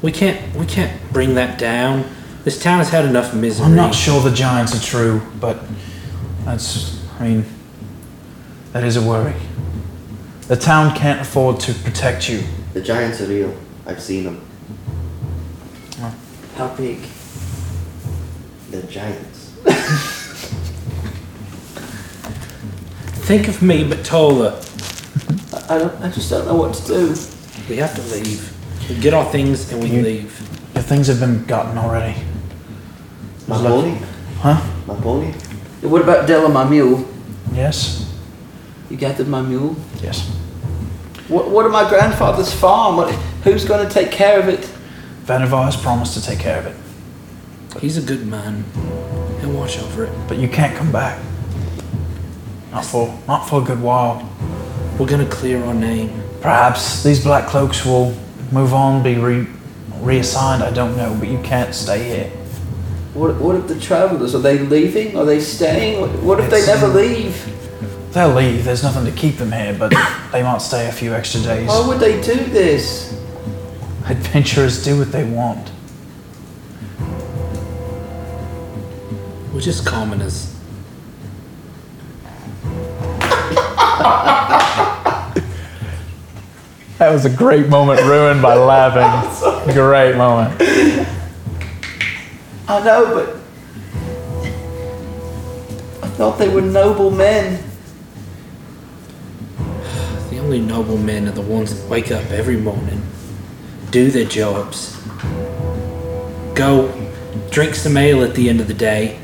Speaker 11: We can't we can't bring that down. This town has had enough misery.
Speaker 1: I'm not sure the giants are true, but that's. I mean, that is a worry. The town can't afford to protect you.
Speaker 8: The giants are real. I've seen them.
Speaker 6: How big?
Speaker 8: They're giants.
Speaker 11: Think of me but taller.
Speaker 6: I, I, don't, I just don't know what to do.
Speaker 11: We have to leave. We get our things and we
Speaker 1: You-
Speaker 11: leave.
Speaker 1: Your things have been gotten already.
Speaker 8: My
Speaker 1: Look.
Speaker 8: pony?
Speaker 1: Huh?
Speaker 8: My pony?
Speaker 6: What about Della, my mule?
Speaker 1: Yes?
Speaker 6: You gathered my mule?
Speaker 1: Yes.
Speaker 6: What, what of my grandfather's farm? What, who's going to take care of it?
Speaker 1: Vannevar has promised to take care of it,
Speaker 11: He's a good man. He'll watch over it.
Speaker 1: but you can't come back. Not for, not for a good while.
Speaker 11: We're gonna clear our name.
Speaker 1: Perhaps these black cloaks will move on, be re- reassigned, I don't know, but you can't stay here.
Speaker 6: What, what of the travelers? Are they leaving? Are they staying? What, what if they
Speaker 1: It's-
Speaker 6: never leave?
Speaker 1: They'll leave, there's nothing to keep them here, but they might stay a few extra days.
Speaker 6: Why would they do this?
Speaker 1: Adventurers do what they want.
Speaker 11: We're just commoners.
Speaker 1: That was a great moment ruined by laughing. Great moment.
Speaker 6: I know, but I thought they were noble men.
Speaker 11: The only noble men are the ones that wake up every morning, do their jobs, go drink some ale at the end of the day,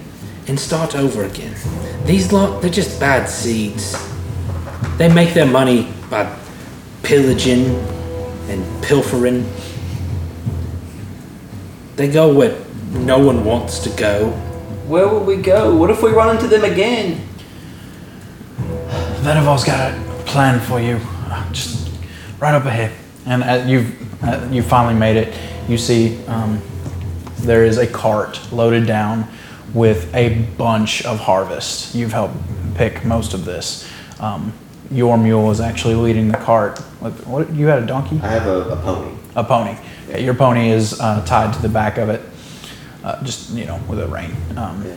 Speaker 11: and start over again. These lot, they're just bad seeds. They make their money by pillaging and pilfering. They go where no one wants to go.
Speaker 6: Where would we go? What if we run into them again?
Speaker 1: Veneval's got a plan for you. Just right up ahead. And uh, you've uh, you finally made it. You see, um, there is a cart loaded down with a bunch of harvest. You've helped pick most of this. Um, your mule is actually leading the cart. What, what you had a donkey?
Speaker 8: I have a, a pony.
Speaker 1: A pony. Yeah, Your pony is uh, tied to the back of it, uh, just you know, with a rein. Um,
Speaker 8: Yeah.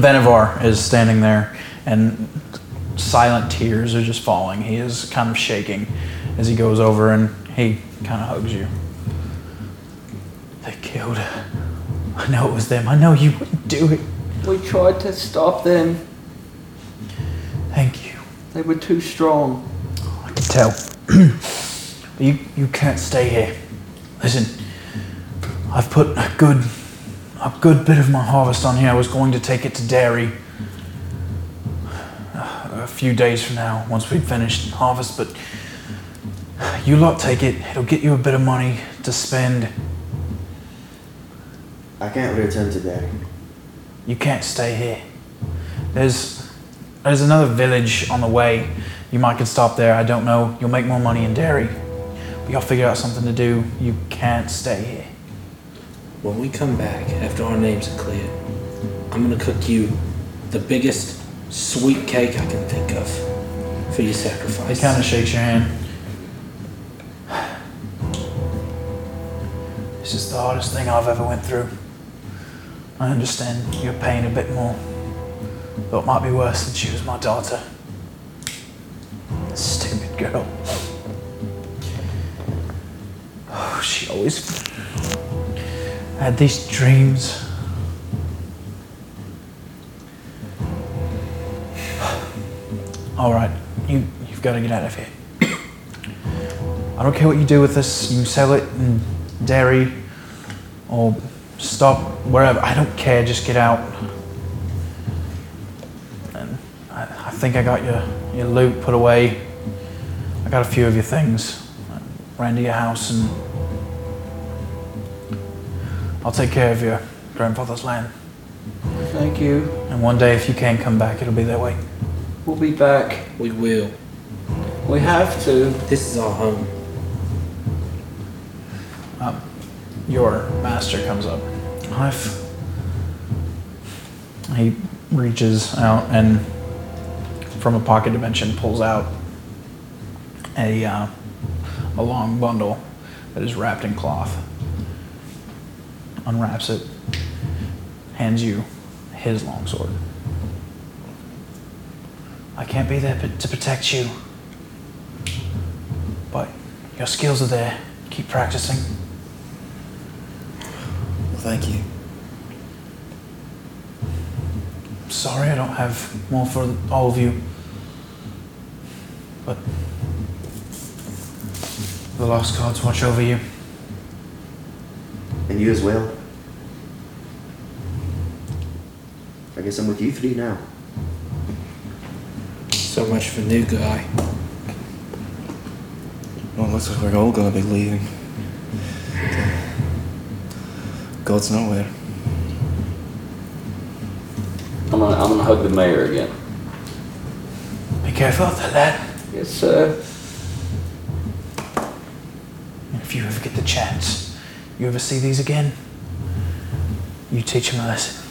Speaker 1: Benevar is standing there, and silent tears are just falling. He is kind of shaking as he goes over and he kind of hugs you. They killed her. I know it was them. I know you wouldn't do it.
Speaker 6: We tried to stop them.
Speaker 1: Thank you.
Speaker 6: They were too strong.
Speaker 1: I can tell. but you, you can't stay here. Listen, I've put a good, a good bit of my harvest on here. I was going to take it to dairy uh, a few days from now, once we'd finished harvest, but you lot take it. It'll get you a bit of money to spend.
Speaker 8: I can't return to daddy.
Speaker 1: You can't stay here. There's there's another village on the way. You might could stop there. I don't know. You'll make more money in dairy. But you'll figure out something to do. You can't stay here.
Speaker 11: When we come back after our names are cleared, I'm gonna cook you the biggest sweet cake I can think of for your
Speaker 1: He
Speaker 11: sacrifice.
Speaker 1: kind of shakes your hand. This is the hardest thing I've ever went through. I understand your pain a bit more, but it might be worse that she was my daughter. Stupid girl. Oh, she always had these dreams. All right, you you've got to get out of here. I don't care what you do with this. You can sell it in dairy, or stop wherever. I don't care. Just get out. And I, I think I got your, your loot put away. I got a few of your things. Ran to your house and I'll take care of your grandfather's land.
Speaker 6: Thank you.
Speaker 1: And one day, if you can come back, it'll be that way.
Speaker 6: We'll be back.
Speaker 3: We will.
Speaker 6: We have to.
Speaker 3: This is our home.
Speaker 1: Your master comes up. I've. He reaches out and from a pocket dimension pulls out a, uh, a long bundle that is wrapped in cloth. Unwraps it, hands you his longsword. I can't be there to protect you, but your skills are there. Keep practicing.
Speaker 5: Well, thank you.
Speaker 1: Sorry, I don't have more for all of you. But the lost gods watch over you.
Speaker 8: And you as well. I guess I'm with you three now.
Speaker 3: So much for new guy.
Speaker 5: Well, it looks like we're all gonna be leaving. God's nowhere.
Speaker 6: I'm gonna, I'm gonna hug the mayor again.
Speaker 1: Be careful out there, lad.
Speaker 6: Yes, sir.
Speaker 1: And if you ever get the chance, you ever see these again, you teach them a lesson.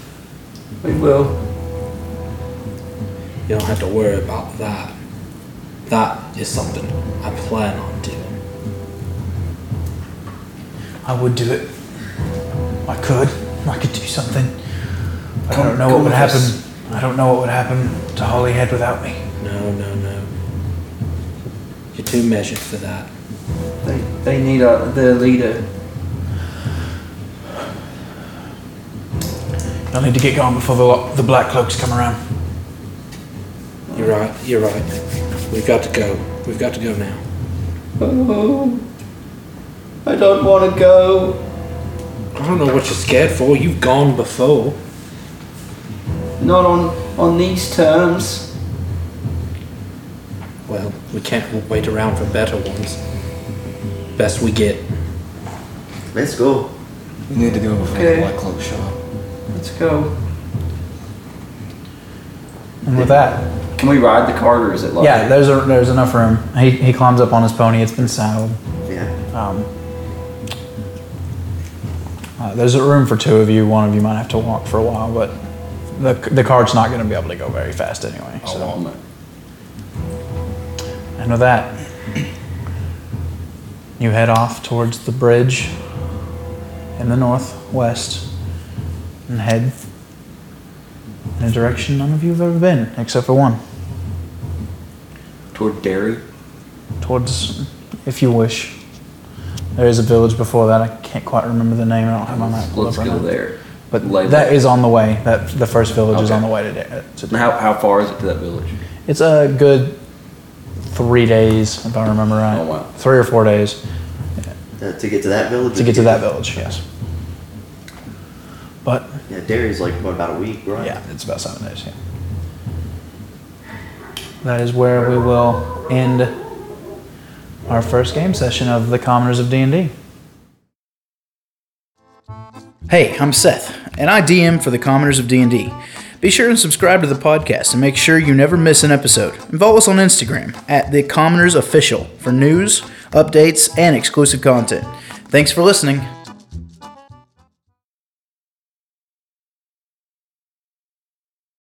Speaker 6: We will.
Speaker 3: You don't have to worry about that. That is something I plan on doing.
Speaker 1: I would do it. I could. I could do something. But I
Speaker 3: Come-
Speaker 1: don't know
Speaker 3: come
Speaker 1: what would
Speaker 3: with
Speaker 1: happen.
Speaker 3: us.
Speaker 1: I don't know what would happen to Holyhead without me.
Speaker 3: No, no, no. You're too measured for that.
Speaker 6: They, they need a, their leader.
Speaker 1: You'll need to get going before the, lo- the black cloaks come around.
Speaker 3: You're right, you're right. We've got to go. We've got to go now.
Speaker 6: Oh, I don't want to go.
Speaker 3: I don't know what you're scared for. You've gone before.
Speaker 6: Not on on these terms.
Speaker 3: Well, we can't wait around for better ones. Best we get.
Speaker 8: Let's go.
Speaker 5: We need to go before
Speaker 6: Okay.
Speaker 5: the Black Cloak show up.
Speaker 6: Let's go.
Speaker 1: And with that,
Speaker 6: Can we ride the cart, or is it locked?
Speaker 1: Yeah, there's a, there's enough room. He, he climbs up on his pony. It's been saddled.
Speaker 8: Yeah.
Speaker 1: Um, uh, there's a room for two of you. One of you might have to walk for a while, but the the cart's not going to be able to go very fast anyway. So. And with that, you head off towards the bridge in the northwest and head in a direction none of you have ever been, except for one.
Speaker 6: Toward Derry.
Speaker 1: towards, if you wish. There is a village before that. I can't quite remember the name. I don't have my map. pulled
Speaker 6: Let's
Speaker 1: up right
Speaker 6: go
Speaker 1: now.
Speaker 6: there.
Speaker 1: But
Speaker 6: Later.
Speaker 1: that is on the way. That the first village is on
Speaker 6: Okay.
Speaker 1: the way to. Da- to
Speaker 6: How, how far is it to that village?
Speaker 1: It's a good three days, if I remember right.
Speaker 6: Oh, wow.
Speaker 1: Three or four days
Speaker 8: Uh, to get to that village.
Speaker 1: to get to that village. Yes. But
Speaker 8: Yeah, Derry's like what about a week, right?
Speaker 1: yeah, it's about seven days. Yeah. That is where we will end our first game session of the Commoners of D and D. Hey, I'm Seth, and I DM for the Commoners of D&D. Be sure and subscribe to the podcast and make sure you never miss an episode. And follow us on Instagram at the Commoners Official for news, updates, and exclusive content. Thanks for listening.